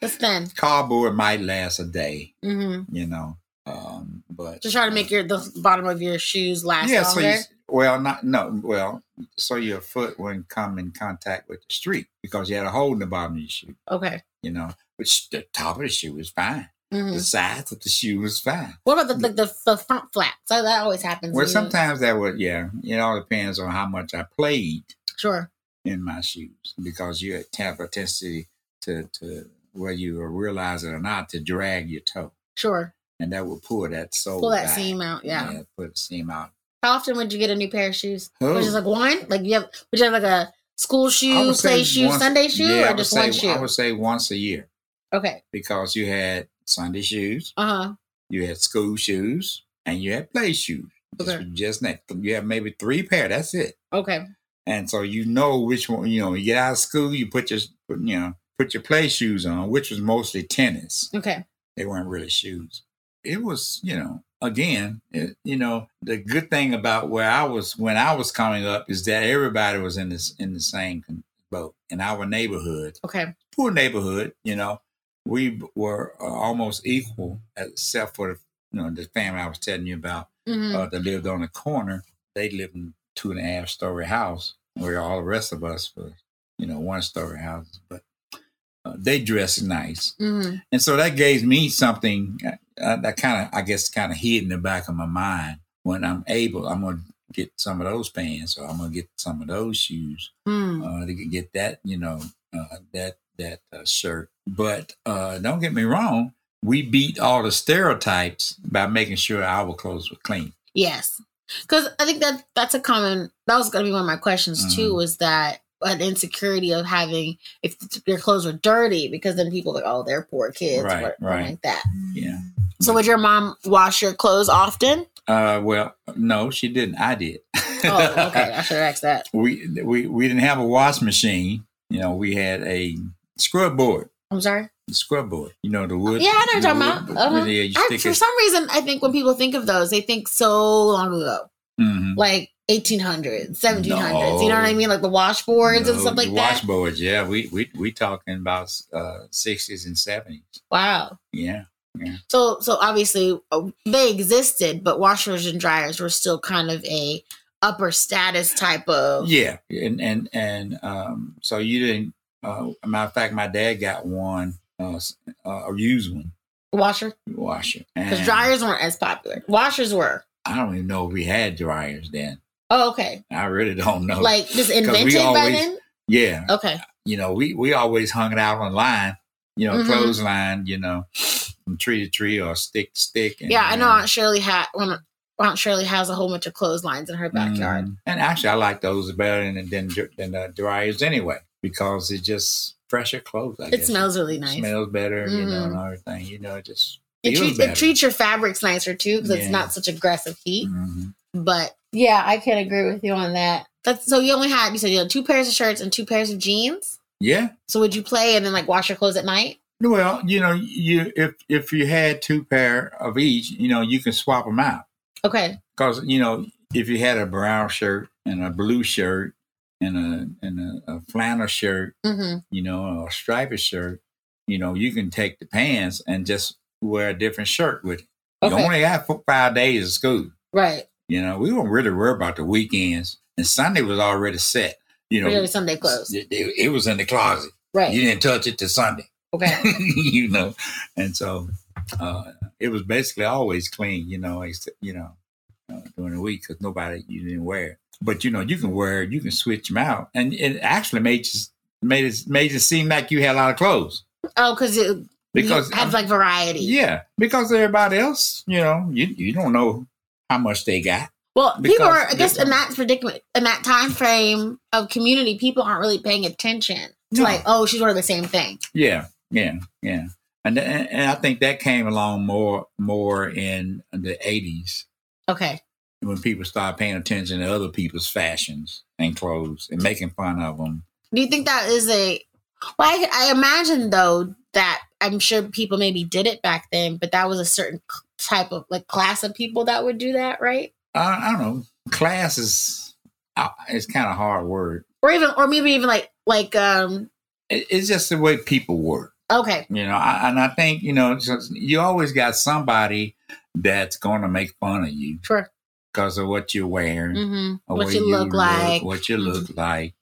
that's thin
cardboard might last a day,
mm-hmm.
you know. Um, but
just try to make your the bottom of your shoes last
yeah, so
longer
you, well, not no, well, so your foot wouldn't come in contact with the street because you had a hole in the bottom of your shoe,
okay
you know. But sh- the top of the shoe was fine,
hmm
the sides of the shoe was fine.
What about the like the, the front flaps? So that always happens.
Well,
to me.
sometimes that would, yeah, it all depends on how much I played
sure.
in my shoes because you had have a tendency to, to whether you realize it or not, to drag your toe,
Sure.
and that would pull that sole,
Pull that
back.
seam out. Yeah.
pull the seam out.
How often would you get a new pair of shoes?
Oh.
Which is like one? Like you have would you have like a school
I
shoe,
would say
play shoe,
once-
Sunday shoe,
yeah,
or
I would
just
say-
one shoe?
I would say once a year.
Okay.
because you had Sunday shoes,
Uh huh.
you had school shoes, and you had play shoes. Just-
Okay.
Just that you have maybe three pair. That's it.
Okay.
And so you know which one. You know, you get out of school, you put your you know put your play shoes on, which was mostly tennis.
Okay.
They weren't really shoes. It was you know again it, you know the good thing about where I was when I was coming up is that everybody was in this in the same boat in our neighborhood
Okay.
poor neighborhood, you know, we were uh, almost equal, except for you know the family I was telling you about
Mm-hmm.
uh, that lived on the corner. They lived in two and a half story house, where all the rest of us were, you know, one story houses. But uh, they dressed nice,
mm-hmm.
and so that gave me something uh, that kind of, I guess, kind of hid in the back of my mind. When I'm able, I'm gonna get some of those pants, or I'm gonna get some of those shoes
Mm.
uh, to get that you know uh, that that uh, shirt. But uh, don't get me wrong, we beat all the stereotypes by making sure our clothes were clean.
Yes. Because I think that that's a common, that was going to be one of my questions
Mm-hmm.
too, was that an insecurity of having, if your clothes were dirty, because then people like, oh, they're poor kids,
Right,
or, or
right.
like that.
Yeah.
So would your mom wash your clothes often?
Uh, well, no, she didn't. I did.
Oh, okay. I should have asked that.
we we we didn't have a wash machine. You know, we had a scrub board.
I'm sorry.
Scrub board. You know the wood.
Yeah, I know
the
what you're talking
wood-
about. Uh-huh.
Yeah, you
I,
stick
for
it.
some reason, I think when people think of those, they think so long ago,
Mhm.
like 1800s, 1700s. You know
No.
what I mean? Like the washboards and
No,
stuff
the
like
wash
that.
boards. Yeah, we we we talking about uh, 60s and 70s.
Wow.
Yeah.
So, so obviously uh, they existed, but washers and dryers were still kind of a upper status type of.
Yeah, and and and um, so you didn't. Uh, matter of fact, my dad got one, uh, s- uh, a used one
Washer,
washer.
because
And
dryers weren't as popular. Washers were.
I don't even know if we had dryers then.
Oh, okay.
I really don't know.
Like just
Oh, we
invented by
always-
then.
yeah,
Okay.
you know, we we always hung it out on line, you know,
Mhm.
clothesline, you know, from tree to tree or stick to stick. And, uh,
Yeah, I know
and-
Aunt Shirley had when Aunt Shirley has a whole bunch of clotheslines in her backyard.
Mhm. And actually, I like those better than than, than the dryers anyway because it just fresher clothes. I
It
guess.
smells really nice.
smells better, you know,
Mhm.
and everything. You know, it just
it,
feels
treat,
better.
it treats your fabrics nicer too because
Yeah.
it's not such aggressive heat.
Mhm.
But yeah, I can agree with you on that. That's so you only had you said you had two pairs of shirts and two pairs of jeans.
Yeah.
So would you play and then like wash your clothes at night?
Well, you know, you if if you had two pair of each, you know, you can swap them out
Okay.
because you know if you had a brown shirt and a blue shirt and a and a, a flannel shirt,
hmm
you know, or a striped shirt, you know, you can take the pants and just wear a different shirt with it. You
Okay.
only got four, five days of school.
Right.
You know, we weren't really worried about the weekends, and Sunday was already set. You know,
Really Sunday clothes.
It, it- it was in the closet.
Right.
You didn't touch it till Sunday,
Okay.
you know. And so uh, it was basically always clean, you know, except, you know, uh, during the week because nobody you didn't wear. it. But you know, you can wear, it, you can switch them out, and it actually made you made it made it seem like you had a lot of clothes
Oh, because it
because
you have like variety.
yeah, because everybody else, you know, you you don't know how much they got.
Well, people
Because-
are, I guess, in that predicament, in that time frame of community, people aren't really paying attention to
No.
like, oh, she's wearing the same thing.
Yeah, yeah, yeah. And, and and I think that came along more more in the eighties.
Okay,
when people start paying attention to other people's fashions and clothes and making fun of them.
do you think that is a? Well, I, I imagine though that I'm sure people maybe did it back then, but that was a certain c- type of like class of people that would do that, right?
I, I don't know. Class is I- it's kind of hard word.
Or even, or maybe even like, like, um,
It, it's just the way people work,
okay,
you know. I, and I think you know it's just- you always got somebody that's going to make fun of you
sure,
because of what you're wearing,
hmm
or
what
way
you look like,
what you look like.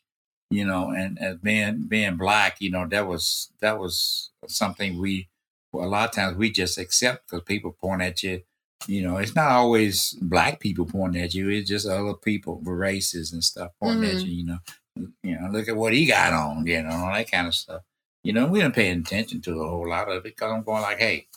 You know, and, and being being black, you know, that was that was something we well, a lot of times we just accept because people point at you. You know, it's not always black people pointing at you. It's just other people, races and stuff pointing at
Mhm.
you. You know, you know, look at what he got on. You know, all that kind of stuff. You know, we didn't pay attention to a whole lot of it because I'm going like, hey,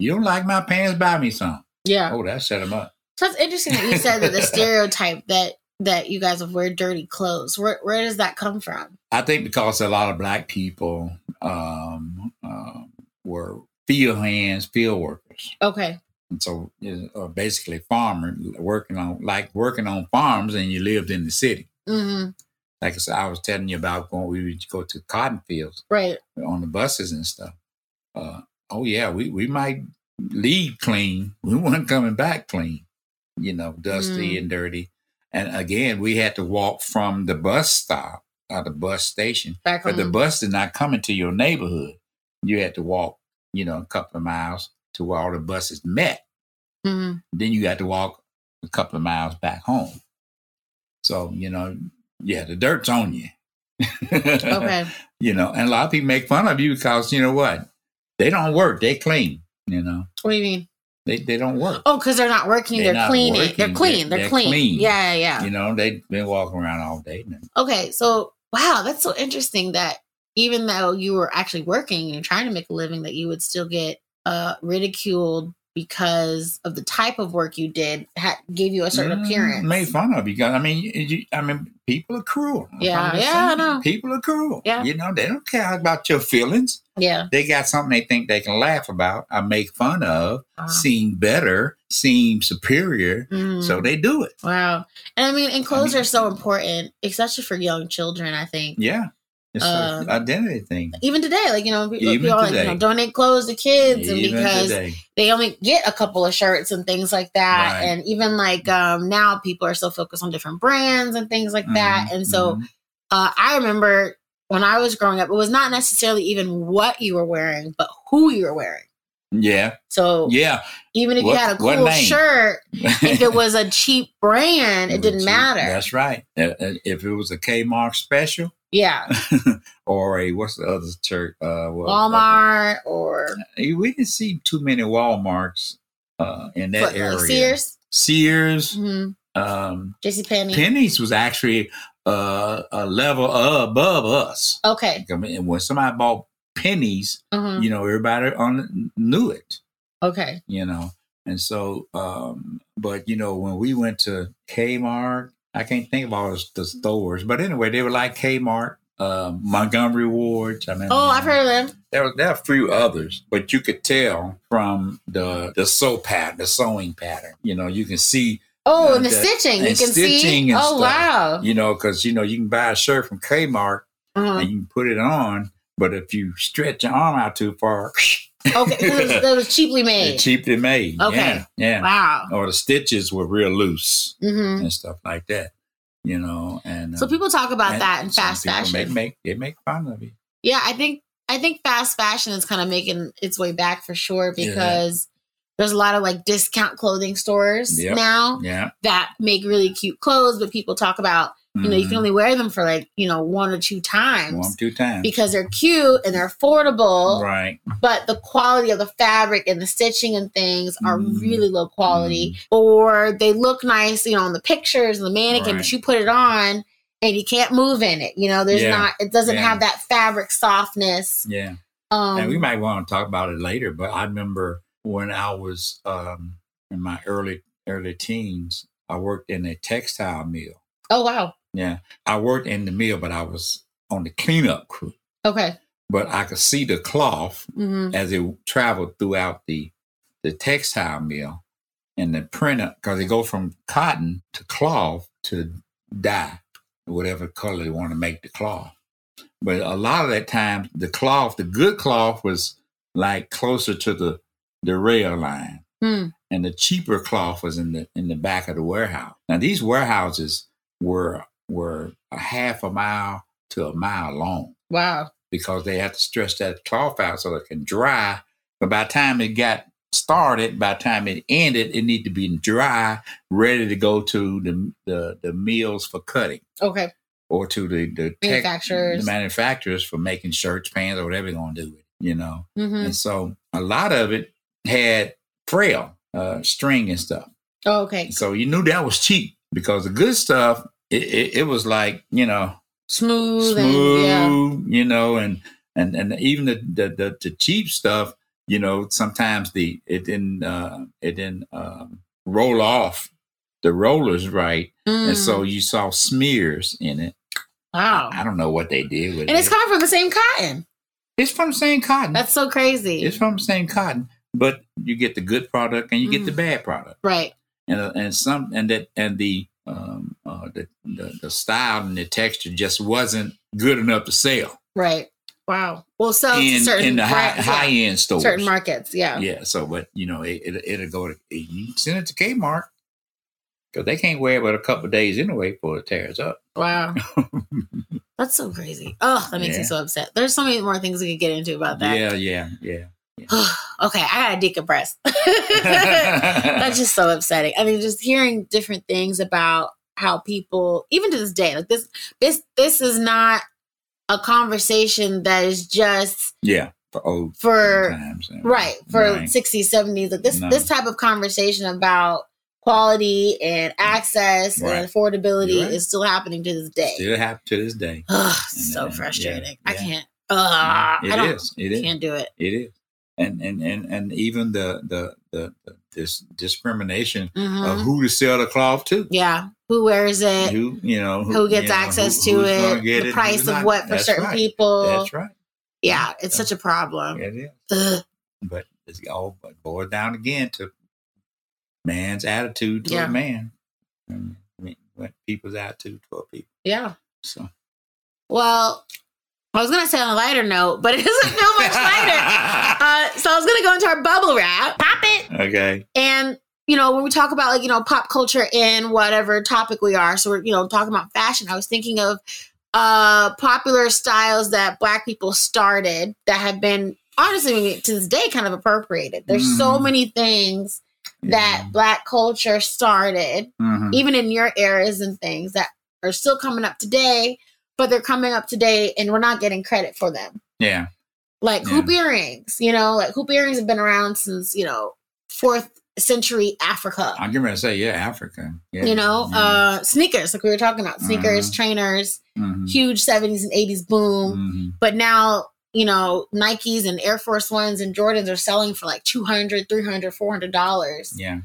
you don't like my pants? Buy me some.
yeah.
Oh, that set him up.
So it's interesting that you said that the stereotype that that you guys would wear dirty clothes. Where where does that come from?
I think because a lot of black people um, um, were field hands, field workers.
Okay.
And so you know, uh, basically farmer working on like working on farms and you lived in the city.
Mm-hmm.
Like I said, I was telling you about going we would go to cotton fields
Right.
on the buses and stuff. Uh, oh yeah, we, we might leave clean. We weren't coming back clean, you know, dusty
Mm.
and dirty. And again, we had to walk from the bus stop or the bus station
Back
but
home.
the bus did not come into your neighborhood. You had to walk, you know, a couple of miles to where all the buses met.
Mhm.
Then you got to walk a couple of miles back home. So, you know, yeah, the dirt's on you.
Okay.
You know, and a lot of people make fun of you because you know what? They don't work, they clean, you know.
what do you mean?
They they don't work.
Oh, because they're not working.
They're
They're,
not
cleaning.
working,
They're clean.
they're-
They're,
they're
clean.
clean.
Yeah, yeah, yeah.
You know, they've been walking around all day. and-
Okay. So wow, that's so interesting that even though you were actually working and trying to make a living, that you would still get uh ridiculed because of the type of work you did ha- gave you a certain
Mm,
appearance.
Made fun of you guys. I mean, you, I mean, people are cruel. I'm
Yeah,
just
yeah, I know.
People are cruel.
Yeah.
you know, they don't care about your feelings.
Yeah.
They got something they think they can laugh about, or make fun of,
Wow.
seem better, seem superior.
Mm.
So they do it.
Wow. And I mean, and clothes
mean-
are so important, especially for young children, I think.
Yeah, it's an
Um,
identity thing.
Even today, like, you know, people,
Even
people are like, you
today.
know, donate clothes to kids and
Even
because
today,
they only get a couple of shirts and things like that.
Right.
And even like um, now people are so focused on different brands and things like that.
Mhm,
And so
mhm.
uh, I remember when I was growing up, it was not necessarily even what you were wearing, but who you were wearing.
Mm-hmm. yeah,
So
yeah.
even if
What-
you had a
what
cool
name?
shirt, Oh, if it was a cheap brand, it didn't matter.
That's right. Uh, uh, If it was a Kmart special
yeah.
or a what's the other church? Uh, what-
Walmart or
Hey, we didn't see too many Walmarts uh, in that
But, like,
area.
Sears,
Sears,
mm-hmm.
um,
JC Penney.
Penny's was actually uh, a level above us.
okay.
I mean, when somebody bought pennies,
Mhm.
you know, everybody on knew it,
Okay.
you know. And so, um, but you know, when we went to Kmart, I can't think of all the, the stores, but anyway, they were like Kmart, uh, Montgomery Ward. I mean,
Oh, I've heard of them.
There, there are a few others, but you could tell from the the sew pattern, the sewing pattern. You know, you can see,
Oh,
Yeah,
and the
that-
stitching. You
and
can
stitching
see.
and
Oh,
stuff.
wow.
you know, because you know you can buy a shirt from Kmart
Mhm.
and you can put it on, but if you stretch your arm out too far,
Okay, 'cause it was, it was cheaply made.
it's cheaply made.
Okay.
Yeah, yeah.
Wow.
Or the stitches were real loose
hmm
and stuff like that. You know, and
So
uh,
people talk about
and
that in
some
fast
people
fashion.
Make, make they make fun of you.
yeah, I think I think fast fashion is kind of making its way back for sure
Yeah.
because there's a lot of like discount clothing stores
Yep.
now
Yeah.
that make really cute clothes, but people talk about you know you can
Mhm.
only wear them for like you know one or two times
one two times.
because they're cute and they're affordable,
right.
but the quality of the fabric and the stitching and things are
Mm.
really low quality. Or they look nice, you know, on the pictures and the mannequin,
Right.
but you put it on and you can't move in it. You know, there's
Yeah.
not it doesn't
Yeah.
have that fabric softness.
Yeah.
Um
and we might want to talk about it later, but I remember when I was um, in my early early teens, I worked in a textile mill.
Oh wow.
Yeah, I worked in the mill, but I was on the cleanup crew.
Okay.
But I could see the cloth
hmm
as it traveled throughout the the textile mill and the printer, because they go from cotton to cloth to dye, whatever color they want to make the cloth. But a lot of that time, the cloth, the good cloth, was like closer to the the rail line,
Hmm.
and the cheaper cloth was in the in the back of the warehouse. Now these warehouses were were a half a mile to a mile long
Wow.
because they had to stretch that cloth out so it can dry. But by the time it got started, by the time it ended, it needed to be dry, ready to go to the the, the mills for cutting
Okay.
or to the the, tech-
Manufacturers.
the manufacturers for making shirts, pants, or whatever they're gonna do with it, you know.
hmm
And so a lot of it had frail uh, string and stuff.
Oh, okay.
So you knew that was cheap because the good stuff it, it, it was like you know
Smooth,
smooth,
and yeah.
you know, and and and even the the, the, the cheap stuff, you know, sometimes the it didn't uh, it didn't um, roll off the rollers right, and so
Mm.
you saw smears in it.
wow.
I don't know what they did with
And
it.
it's coming from the same cotton.
It's from the same cotton.
That's so crazy.
it's from the same cotton, but you get the good product and you
Mm.
get the bad product,
right.
and uh, and some and that and the um uh, the, the the style and the texture just wasn't good enough to sell
Right. Wow. Well, so
in
certain
in the high
brands, yeah.
high end stores.
certain markets. Yeah.
Yeah. So, but you know, it, it it'll go to you send it to Kmart because they can't wear it but a couple of days anyway before it tears up.
Wow. That's so crazy. Oh, that makes me
Yeah.
so upset. There's so many more things we could get into about that.
Yeah, yeah, yeah.
okay, I gotta decompress. That's just so upsetting. I mean, just hearing different things about how people, even to this day, like this, this, this is not a conversation that is just
yeah for old
for
times. yeah.
right for
Right.
60s 70s like this
No.
this type of conversation about quality and access
Right.
and affordability
You're right.
is still happening to this day
Still happen to this day.
Ugh,
And
so
then-
frustrating
yeah,
i
yeah.
can't Ugh,
It
Uh, i don't
is, It is.
can't do it
It is. And and and and even the the the, the this discrimination
Mhm.
of who to sell the cloth to.
yeah who wears it who,
Who Oh. you know
gets
you know,
access
who-
to
who's gonna
it
get
the
who's
price of
not.
what for
That's
certain
right.
people
That's right.
yeah it's such a problem
It is.
Ugh,
But it's all boiled down again to man's attitude toward
Yeah.
man. And I mean, what people's attitude toward people.
yeah
So
well i was gonna say on a lighter note but it doesn't feel much lighter uh, so i was gonna go into our bubble wrap pop it
okay.
And you know, when we talk about like you know pop culture and whatever topic we are, so we're you know talking about fashion. I was thinking of uh popular styles that Black people started that have been honestly to this day kind of appropriated. There's so
Mhm.
many things that
Yeah.
Black culture started,
Mhm.
even in your eras and things that are still coming up today, but they're coming up today and we're not getting credit for them
Yeah.
like
Yeah.
hoop earrings you know like hoop earrings have been around since you know fourth century africa
I'm gonna say, yeah, Africa. Yeah. Uh-huh.
you know
Mhm.
uh sneakers like we were talking about sneakers trainers
Mhm.
huge 70s and 80s boom
Mhm.
but now you know nikes and air force ones and jordans are selling for like 200 300 400 dollars
Yeah.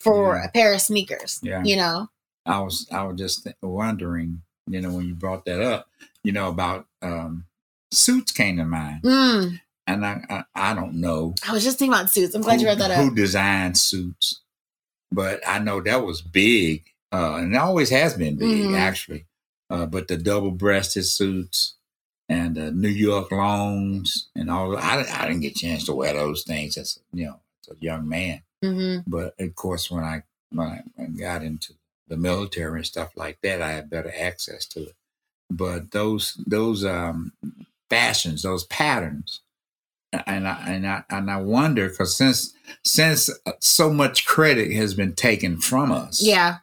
for
Yeah.
a pair of sneakers
Yeah.
you know
I was I was just th- wondering, you know, when you brought that up, you know, about um, suits came to mind,
mm,
and I I, I don't know
i was just thinking about suits i'm glad you
who,
brought that
who
up
designed suits, but I know that was big, uh, and it always has been big
Mhm.
actually. Uh, but the double breasted suits and the New York longs and all I I didn't get a chance to wear those things as you know as a young man.
hmm
But of course, when I when I when I got into the military and stuff like that, I had better access to it. But those those um, fashions, those patterns, and I and I and I wonder because since since uh, so much credit has been taken from us,
yeah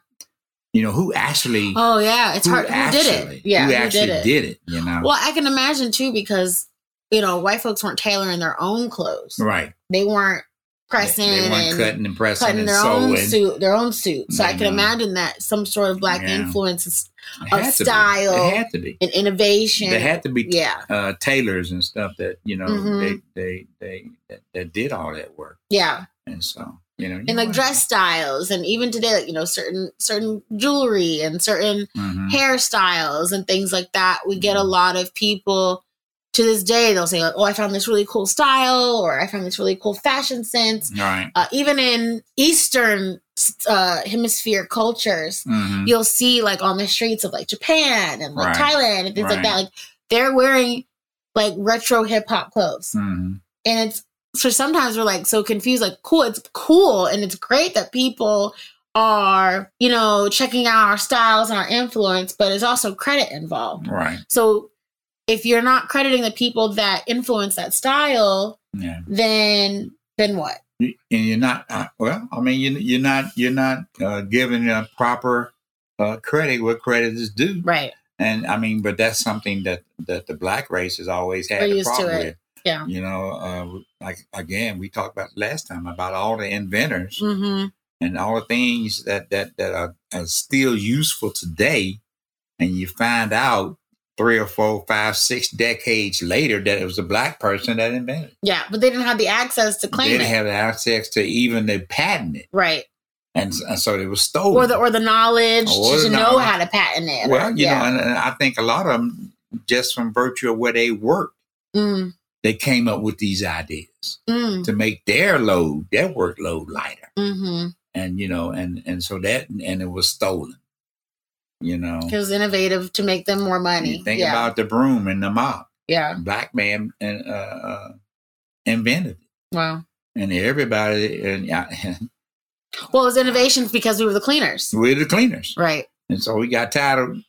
you know who actually
oh yeah it's
who
hard who did
actually
it yeah
who actually did it? you know,
Well, I can imagine too because you know white folks weren't tailoring their own clothes.
right?
They weren't
They,
pressing
they weren't
and
cutting and pressing
cutting
and
their own
sewing.
suit, their own suit. So I can
Yeah.
imagine that some sort of black
Yeah.
influence is-
It
of
had to be.
style.
It had to be.
and innovation.
There had to be
yeah,
uh, tailors and stuff that you know
Mhm.
they they they that, that did all that work,
yeah,
and so you know, you
and like
want-
dress styles, and even today, like, you know, certain certain jewelry and certain
Mhm.
hairstyles and things like that. We get a
Mhm.
lot of people to this day. They'll say, like, "Oh, I found this really cool style," or "I found this really cool fashion sense."
right?
uh, even in Eastern uh, hemisphere cultures,
Mhm.
you'll see like on the streets of like Japan and like
Right.
Thailand and things like
Right.
that. Like they're wearing like retro hip hop clothes,
Mhm.
and it's so sometimes we're like so confused. Like, cool, it's cool, and it's great that people are you know checking out our styles and our influence, but it's also credit involved.
Right?
So if you're not crediting the people that influence that style,
Yeah,
then then what?
You- and you're not uh, well. I mean, you you're not you're not uh, giving a proper uh, credit where credit is due,
Right.
and I mean, but that's something that that the black race has always had
We're
a
used to
problem
it.
with.
Yeah.
You know, uh, like again, we talked about last time about all the inventors.
Mm-hmm.
and all the things that that that are, are still useful today and you find out three or four five six decades later that it was a black person that invented it
Yeah, but they didn't have the access to
they
claim
didn't
it,
have the access to even to patent it
right?
and, s- and so it was stolen
Or the or the knowledge
Oh. Or
to
the
know
knowledge.
how to patent it.
well you
yeah.
know and, and i think a lot of them just from virtue of where they worked
Mm,
they came up with these ideas
Mm.
to make their load, their workload lighter.
Mm-hmm.
And you know, and and so that and it was stolen. You know.
It was innovative to make them more money.
You think
yeah.
about the broom and the mop.
yeah.
Black man and uh, uh, invented it.
Wow.
And everybody and yeah,
Well, it was innovations because we were the cleaners.
we're the cleaners.
Right.
And so we got tired of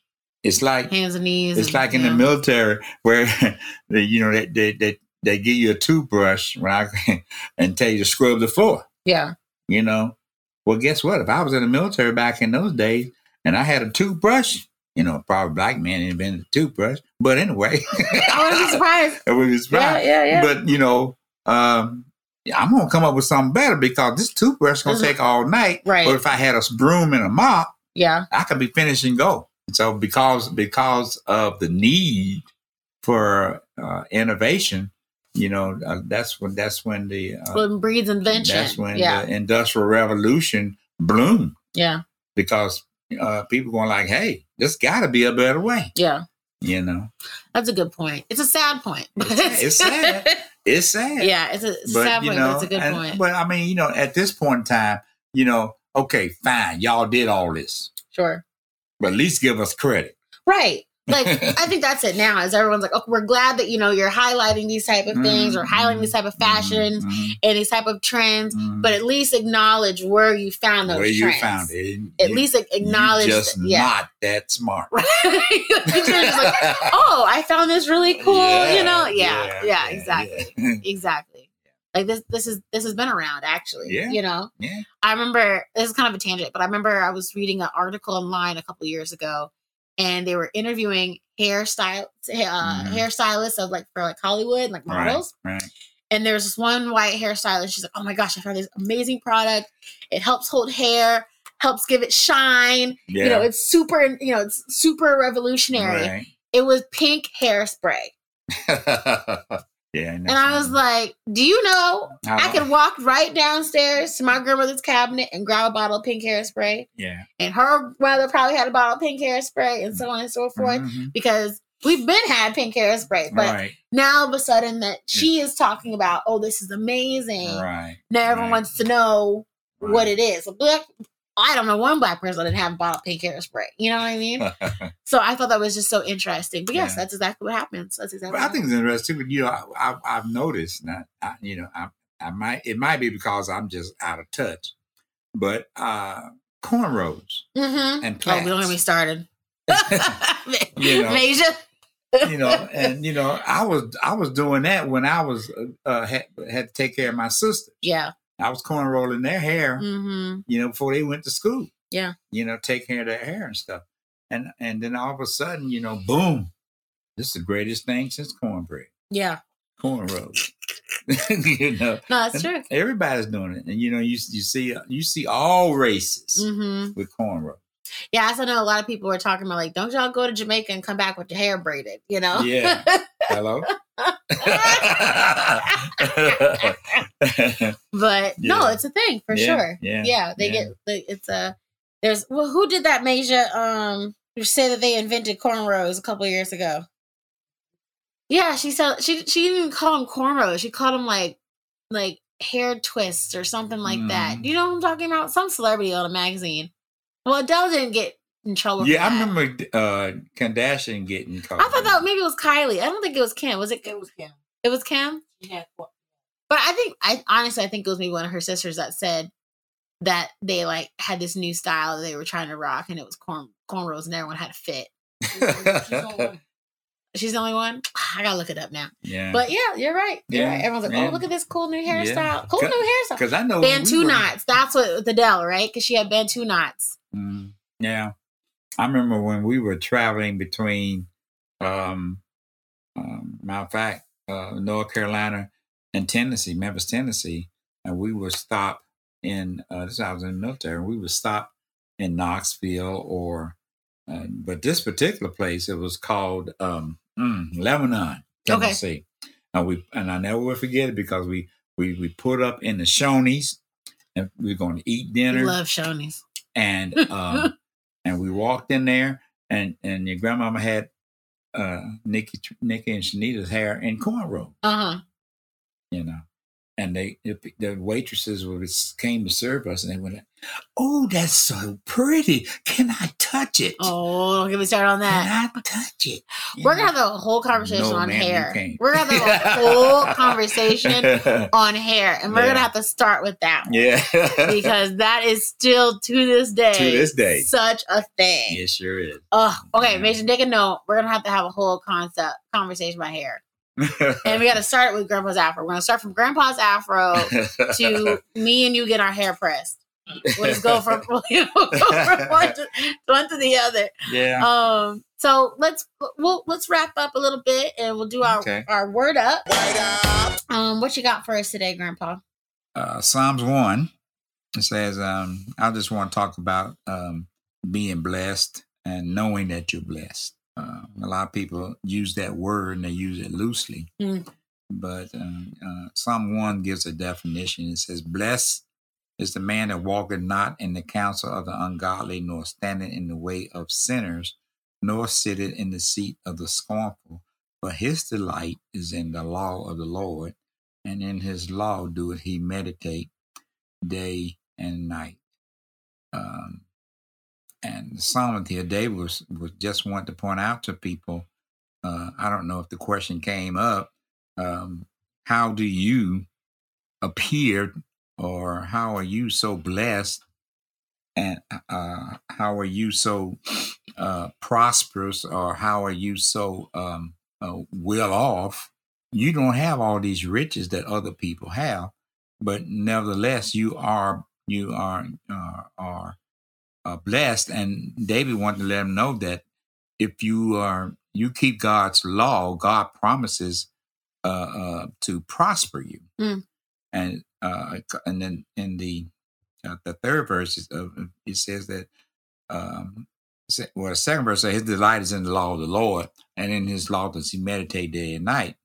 it's like
Hands and knees.
It's
and-
like in the
yeah.
military where they, you know they, they they they give you a toothbrush when I and tell you to scrub the floor.
Yeah.
You know, well, guess what? If I was in the military back in those days and I had a toothbrush, you know, probably black man invented a toothbrush, but anyway,
I wouldn't Oh, be surprised.
it was his right.
Yeah, yeah, yeah.
But you know, um, yeah, I'm gonna come up with something better because this toothbrush gonna
Doesn't-
take all night.
Mm-hmm. Right.
But if I had a broom and a mop,
yeah.
I could be finished and go. So because because of the need for uh, innovation, you know, uh, that's when that's when the uh,
Well, it breeds invention.
that's when
yeah.
the industrial revolution bloomed
yeah.
because uh, people going like, hey, there's got to be a better way.
Yeah.
You know,
That's a good point. It's a sad point.
It's- it's sad. it's sad.
yeah. It's a it's a sad point, but it's a good
and-
point.
But I mean, you know, at this point in time, you know, okay, fine, y'all did all this,
sure.
but at least give us credit.
Right. Like I think that's it now. Is everyone's like, oh, we're glad that you know you're highlighting these type of things or highlighting these type of fashions
Mhm,
and these type of trends,
mhm,
but at least acknowledge where you found those
where you
trends.
found it.
At
You-
least like, acknowledge,
you
that-
just
yeah.
not that smart.
Right. You could've just like, oh, I found this really cool. you know, yeah, yeah, exactly,
yeah.
exactly. Like this, this is this has been around actually.
Yeah.
You know,
Yeah.
I remember this is kind of a tangent, but I remember I was reading an article online a couple years ago, and they were interviewing hairstyle uh,
Mhm.
hairstylists of like for like Hollywood and like
Right.
models.
Right.
And there's this one white hairstylist. She's like, "Oh my gosh, I found this amazing product. It helps hold hair, helps give it shine.
Yeah.
You know, it's super. You know, it's super revolutionary."
right.
it was pink hairspray.
yeah.
And I
Mm-hmm.
was like, Do you know I could walk right downstairs to my grandmother's cabinet and grab a bottle of pink hairspray?
Yeah.
And her mother probably had a bottle of pink hairspray and so on and so forth
Mhm.
because we've been had pink hairspray. But
right.
now all of a sudden that she is talking about, Oh, this is amazing.
Right.
Now everyone
right.
wants to know what it
Right.
is. A black, I don't know one black person that didn't have a bottle of pink hairspray. You know what I mean? so I thought that was just so interesting. But yes,
Yeah.
that's exactly what happens. That's exactly.
But I
what
think it's interesting. but, You know, I, I, I've noticed not. I, you know, I, I might. It might be because I'm just out of touch. But uh cornrows
Mm-hmm.
and
Oh,
plaits.
we don't get me started.
You know.
Major.
you know, and you know, I was I was doing that when I was uh, uh, had, had to take care of my sister.
Yeah.
I was corn rolling their hair,
Mm-hmm.
you know, before they went to school.
Yeah.
you know, take care of their hair and stuff, and and then all of a sudden, you know, boom, this is the greatest thing since cornbread,
Yeah.
cornrows. you know,
No, that's true.
everybody's doing it, and you know, you you see you see all races
Mm-hmm.
with cornrows.
Yeah, I also know a lot of people were talking about like, don't y'all go to Jamaica and come back with your hair braided, you know?
Yeah. Hello.
But no,
Yeah.
it's a thing for
Yeah,
sure.
yeah,
they
yeah.
get like it's a there's well, who did that, Major? Um, who said that they invented cornrows a couple years ago? Yeah, she said she she didn't even call them cornrows. She called them like like hair twists or something like that.
Mm.
You know what I'm talking about? Some celebrity on a magazine. Well, Adele didn't get in trouble.
yeah,
for
I
that.
remember uh, Kardashian getting caught.
I thought that maybe it was Kylie. I don't think it was Kim. Was it? It was Kim. It was Kim.
Yeah.
But I think I honestly I think it was maybe one of her sisters that said that they like had this new style that they were trying to rock and it was corn cornrows and everyone had a fit. She's the only one. I gotta look it up now.
yeah,
But yeah, you're right. You're
Yeah,
right. Everyone's like,
yeah.
oh, look at this cool new
Yeah.
hairstyle. Cool
Cut-
new hairstyle.
because I know when
Bantu
we were-
knots. That's what with Adele, right? Because she had Bantu knots.
Mm, yeah, I remember when we were traveling between, um, um matter of fact, uh, North Carolina and Tennessee, Memphis, Tennessee, and we would stop in. Uh, this I was in the military. and We would stop in Knoxville or, uh, but this particular place it was called um, mm, Lebanon,
Okay.
Tennessee. And we and I never will forget it because we we we put up in the Shoney's and we are going to eat
We
dinner
Love Shoney's.
and um, and we walked in there and and your grandmama had uh, Nikki, Nikki and Shanita's hair in cornrow,
Uh huh.
you know. And they, the waitresses would, came to serve us, and they went, "Oh, that's so pretty! Can I touch it?
Oh, don't get me started on that.
Can I touch it?" You
We're
know?
gonna have a whole conversation
No,
on
ma'am, you
hair.
can't.
We're gonna have a whole conversation on hair, and we're
Yeah.
gonna have to start with that one
yeah,
because that is still to this day,
To this day.
such a thing.
it sure is.
Ugh. okay,
Yeah.
Mason, take a note. We're gonna have to have a whole concept conversation about hair, and we gotta start with Grandpa's afro. We're gonna start from Grandpa's afro to me and you get our hair pressed. We'll just go from, we'll go from one, to, one to the other.
yeah,
Um, so let's we'll let's wrap up a little bit and we'll do our
Okay.
our word up. Um, what you got for us today, Grandpa?
uh, Psalms 1, it says, um, I just want to talk about um, being blessed and knowing that you're blessed. Uh, a lot of people use that word and they use it loosely.
Mm.
But um, uh, Psalm 1 gives a definition. It says, Blessed is the man that walketh not in the counsel of the ungodly, nor standeth in the way of sinners, nor sitteth in the seat of the scornful. But his delight is in the law of the Lord and in his law doeth he meditate day and night. Um, and the psalmist here, David, was, was just want to point out to people. Uh, I don't know if the question came up. Um, how do you appear, or how are you so blessed, and uh, how are you so uh, prosperous, or how are you so um, uh, well off? you don't have all these riches that other people have, but nevertheless, you are you are are, are uh, blessed. And David wanted to let him know that if you are you keep God's law, God promises uh, uh, to prosper you.
Mm.
And uh, and then in the uh, the third verse is, uh, it says that um, se- well, the second verse says his delight is in the law of the Lord, and in his law does he meditate day and night.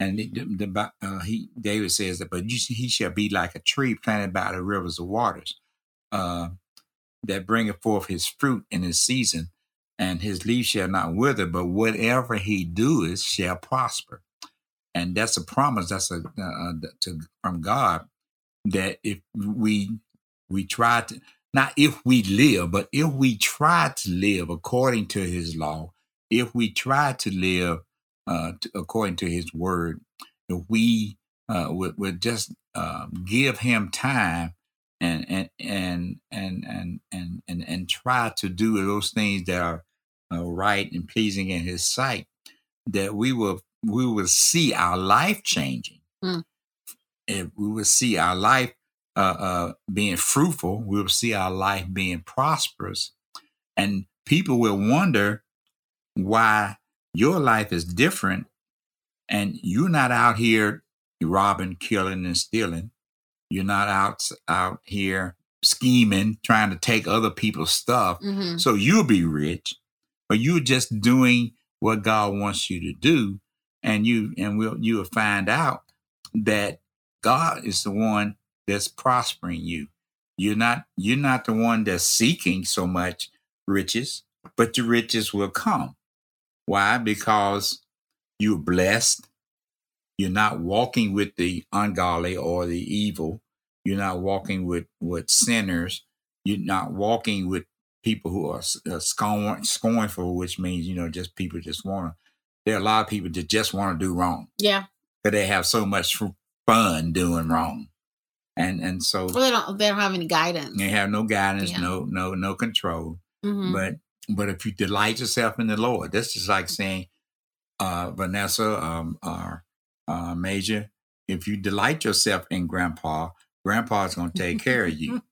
And it- the, the, Bi- uh, he David says that, but you, he shall be like a tree planted by the rivers of waters, uh, that bringeth forth his fruit in his season, and his leaf shall not wither. But whatever he doeth shall prosper. And that's a promise. That's a uh, uh, to from God that if we we try to not if we live, but if we try to live according to His law, if we try to live uh, t- according to his word, if we uh, would, would just uh, give him time and and and and and and and, and try to do those things that are uh, right and pleasing in his sight, that we will we will see our life changing.
Mm.
If we will see our life uh, uh, being fruitful, we will see our life being prosperous, and people will wonder why your life is different and you're not out here robbing killing and stealing you're not out out here scheming trying to take other people's stuff
Mm-hmm.
so you'll be rich but you're just doing what god wants you to do and you and we'll you'll find out that god is the one that's prospering you you're not you're not the one that's seeking so much riches but the riches will come why because you're blessed you're not walking with the ungodly or the evil you're not walking with with sinners you're not walking with people who are s- uh, scorn, scornful, which means you know just people just want to. There are a lot of people that just want to do wrong,
Yeah.
but they have so much f- fun doing wrong, and and so
Well, they don't they don't have any guidance.
they have no guidance,
Yeah.
no no no control.
Mhm.
But but if you delight yourself in the Lord, that's just
Mm-hmm.
like saying, uh, Vanessa, um, our uh, Major, if you delight yourself in Grandpa, Grandpa's gonna take care of you.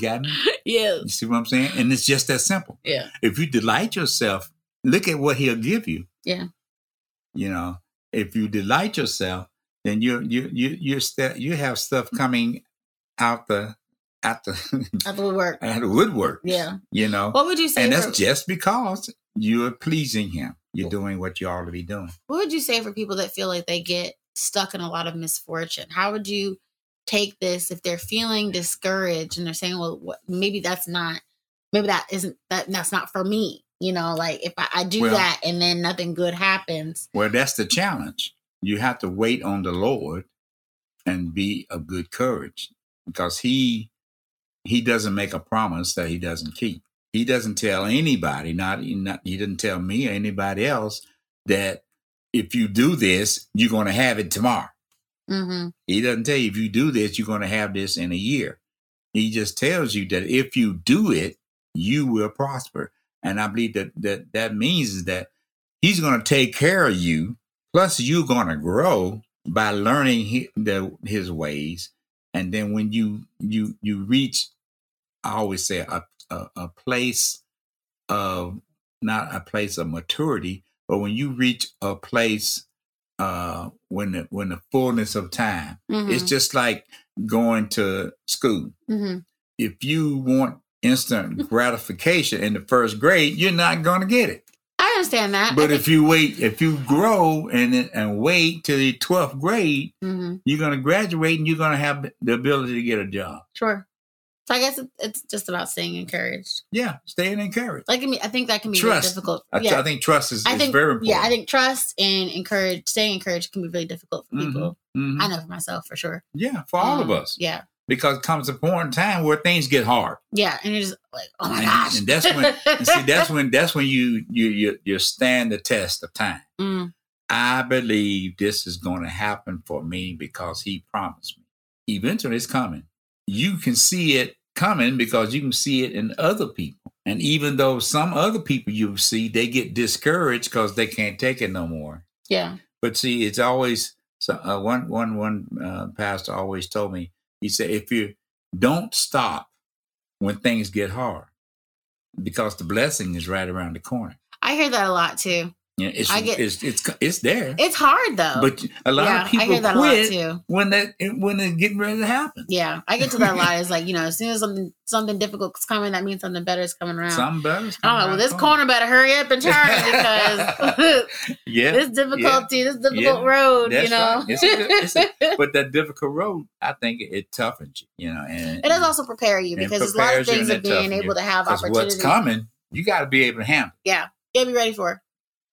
got me?
yes.
You see what I'm saying? And it's just that simple.
Yeah.
if you delight yourself, look at what he'll give you.
Yeah.
You know, if you delight yourself, then you you you you st- you have stuff
Mm-hmm.
coming out the out the
That would work.
out the woodwork.
Yeah.
You know,
What would you say?
and
for-
that's just because you're pleasing him. You're doing what you ought to be doing.
what would you say for people that feel like they get stuck in a lot of misfortune how would you take this if they're feeling discouraged and they're saying well what, maybe that's not maybe that isn't that that's not for me You know, like if I, I do
Well-
that and then nothing good happens,
Well, that's the challenge. You have to wait on the Lord and be of good courage because he he doesn't make a promise that he doesn't keep. He doesn't tell anybody, not, not he didn't tell me or anybody else that if you do this, you're going to have it tomorrow.
hmm
He doesn't tell you if you do this, you're going to have this in a year. He just tells you that if you do it, you will prosper. And I believe that that, that means is that he's going to take care of you. Plus, you're going to grow by learning his, the, his ways. And then when you you you reach, I always say a, a a place of not a place of maturity, but when you reach a place uh, when the, when the fullness of time.
hmm
It's just like going to school.
hmm
If you want instant gratification in the first grade, you're not going to get it.
I understand that.
But if you wait, if you grow and and wait till the 12th grade,
hmm
you're going to graduate and you're going to have the ability to get a job.
sure, so I guess it, it's just about staying encouraged.
Yeah, staying encouraged.
Like I mean, I think that can be really
Trust.
difficult.
I,
yeah,
I think trust is,
I
is
think
very important.
yeah, I think trust and encourage, staying encouraged, can be really difficult for
Mhm,
people.
mhm.
I know for myself for sure.
Yeah, for all of
Um,
us.
Yeah,
Because comes a point in time where things get hard.
yeah, and you're just like, oh my
and,
gosh,
and that's when and see that's when that's when you you you you stand the test of time.
Mm,
I believe this is going to happen for me because he promised me. Eventually, it's coming. You can see it coming because you can see it in other people. And even though some other people you see, they get discouraged because they can't take it no more.
yeah,
But see, it's always so, uh, one one one uh, pastor always told me. He said, "If you don't stop when things get hard, because the blessing is right around the corner.
I hear that a lot too.
You know, it's,
I get-
it's it's it's there."
It's hard though.
But a lot
Oh, yeah,
of people
I hear that
quit
a lot too.
when that when it's getting ready to happen.
Yeah, I get to that a lot. It's like you know, as soon as something something difficult's coming, that means something better is coming around.
Some betters.
I don't know. Oh, Well, this corner better hurry up and turn because
yeah,
this difficulty, this difficult road, you
That's
know.
right. It's a good- it's a- but that difficult road, I think it, it toughens you, you know, and
it does also prepare you
and
because there's a lot of
prepares you
things
and
of
it
being
toughens
able to have
because what's
opportunities.
coming, you got to be able to handle.
Yeah, be ready for.
it.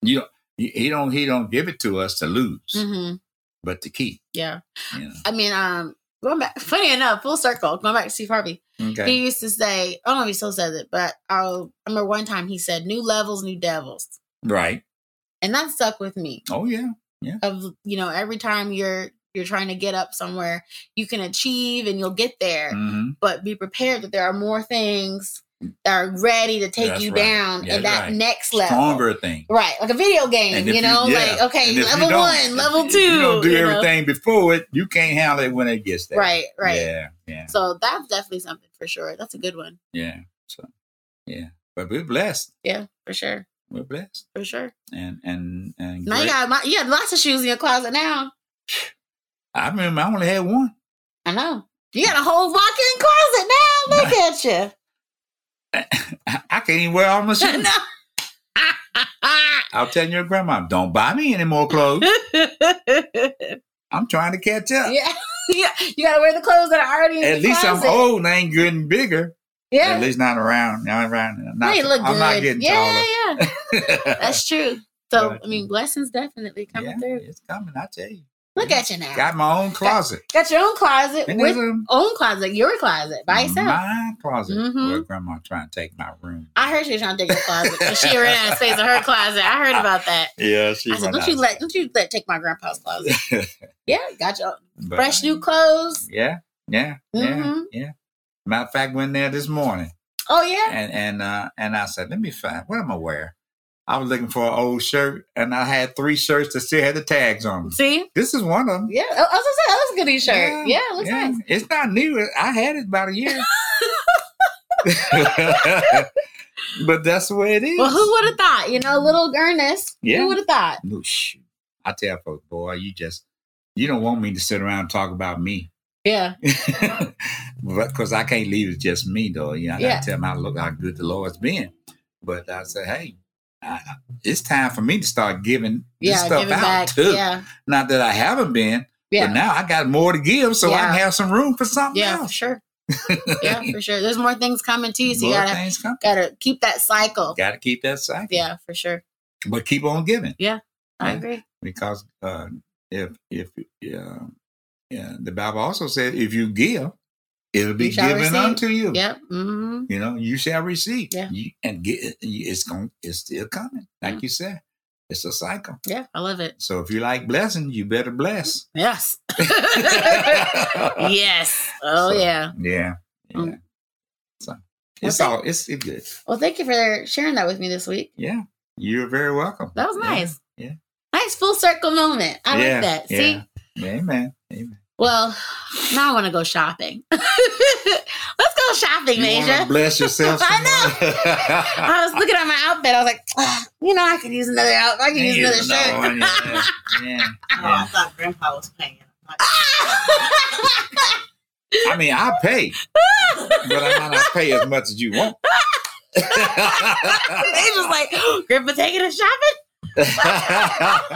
You don't, he he don't he don't give it to us to lose,
Mm-hmm.
but to keep.
Yeah,
You know?
I mean, um, going back. Funny enough, full circle. Going back to Steve Harvey.
Okay.
He used to say, I don't know if he still says it, but I, I remember one time he said, new levels, new devils.
Right.
And that stuck with me
Oh yeah.
of, you know, every time you're, you're trying to get up somewhere you can achieve and you'll get there,
hmm
but be prepared that there are more things that are ready to take
That's
you
right.
down
Yeah,
in that
right.
next level.
Stronger thing.
Right. Like a video game,
And
you
if
know,
yeah.
like, okay,
And if you
level
don't-
one, level
if
two.
You don't do
you know?
everything before it. You can't handle it when it gets there.
Right. Right.
Yeah. Yeah.
So that's definitely something for sure. That's a good one
Yeah. So, yeah. But we're blessed.
for sure.
We're blessed.
For sure.
And and and
Now you
great-
got, my, you got lots of shoes in your closet now.
I remember I only had one,
I know. You got a whole walk-in closet now. Look at you.
I, I can't even wear all my shoes.
No.
I'll tell your grandma, don't buy me any more clothes. I'm trying to catch up.
yeah. Yeah. You gotta wear the clothes that are already in
At
the
least
closet.
I'm old and I ain't getting bigger.
Yeah.
At least not around. Not around. I'm
No,
not,
you look
I'm
good.
not getting
yeah,
taller.
yeah, yeah. That's true. So
But-
I mean blessings definitely coming
yeah,
through.
it's coming. I tell you.
Look at you now.
Got my own closet.
Got your own closet
And
with
there's a-
own closet, your closet by yourself.
My closet.
Mhm.
Well, grandma trying to take my room.
I heard she was trying to take your closet. but she ran out of space in her closet. I heard about that.
Yeah, she
I said,
went
Don't you
out.
let don't you let take my grandpa's closet. yeah, got your
But-
fresh new clothes.
Yeah, yeah,
Mhm.
yeah, yeah. Matter of fact, went there this morning,
Oh yeah.
and and uh, and I said, let me find what am I wearing. I was looking for an old shirt, and I had three shirts that still had the tags on. 'em.
See?
This is one of them.
Yeah. oh, I was gonna say that was a goodie shirt. Yeah, it looks nice.
It's not new. I had it about a year. but that's the way it is.
Well, who would have thought? You know, little Ernest.
Yeah.
Who would have thought?
No, shoot. I tell folks, boy, you just you don't want me to sit around and talk about me.
Yeah.
because I can't leave it just me though. You know, I gotta
Yeah.
tell them how look how good the Lord's been. But I say, hey, I, I- it's time for me to start giving this
Yeah.
stuff
Give it
out
back.
too.
Yeah.
Not that I haven't been,
Yeah.
but now I got more to give, so I
Yeah.
can have some room for something
yeah. For
else.
sure. yeah, for sure. There's more things coming to you, so you
More
gotta
things come.
gotta keep that cycle.
Got to keep that cycle.
Yeah, for sure.
But keep on giving
I
Yeah.
agree.
because uh, if if yeah, yeah, the Bible also says if you give, it'll be
You shall
given
receive.
unto you.
Yep. hmm
You know, you shall receive.
Yeah. Mm.
You, and get it's going. It's still coming. Like you said, it's a cycle.
Yeah, I love it.
So if you like blessing, you better bless.
Yes.
yeah.
yes. Oh
So-
yeah.
Yeah.
Mm.
So it's
Well,
all it's it good.
Well, thank you for sharing that with me this week.
Yeah. You're very welcome.
That was
Yeah.
nice.
yeah.
Nice full circle moment. I
Yeah,
like that. See?
yeah. Amen. Amen.
Well, now I want to go shopping. Let's go shopping,
You wanna
Major.
bless yourself.
I
some more?
I was looking at my outfit. I was like, "Ah, you know, I could use another outfit. I could use
Yeah,
another
no,
shirt.
yeah, yeah,
Oh, I
yeah.
thought Grandpa was paying.
I mean, I pay, but I might not pay as much as you want.
they just like, Grandpa taking a shopping?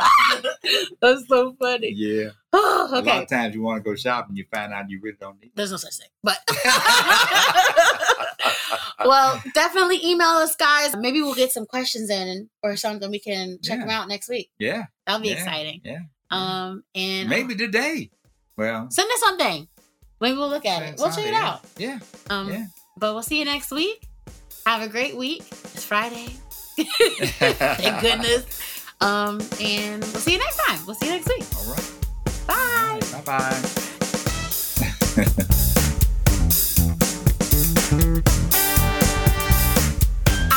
That's so funny.
yeah.
Oh,
A lot
okay.
of times you want to go shopping, you find out you really don't need
There's no such thing. But
it.
well, definitely email us, guys. Maybe we'll get some questions in or something. We can check them out next week.
yeah.
That'll be
Yeah,
exciting.
yeah.
Um, and
Maybe today. Well,
send us something. Maybe we'll look at it. We'll check it out.
Yeah.
Um,
Yeah.
But we'll see you next week. Have a great week. It's Friday. Thank
Thank
goodness. Um, and we'll see you next time. We'll see you next week.
All right.
Bye.
Bye bye.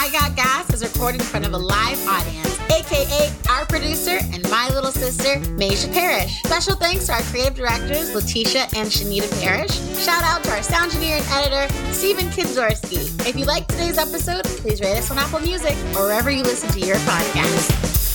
I Got Gas is recorded in front of a live audience, aka our producer and my little sister, Maisha Parrish. Special thanks to our creative directors, Letitia and Shanita Parrish. Shout out to our sound engineer and editor, Stephen Kinzorski. If you liked today's episode, please rate us on Apple Music or wherever you listen to your podcast.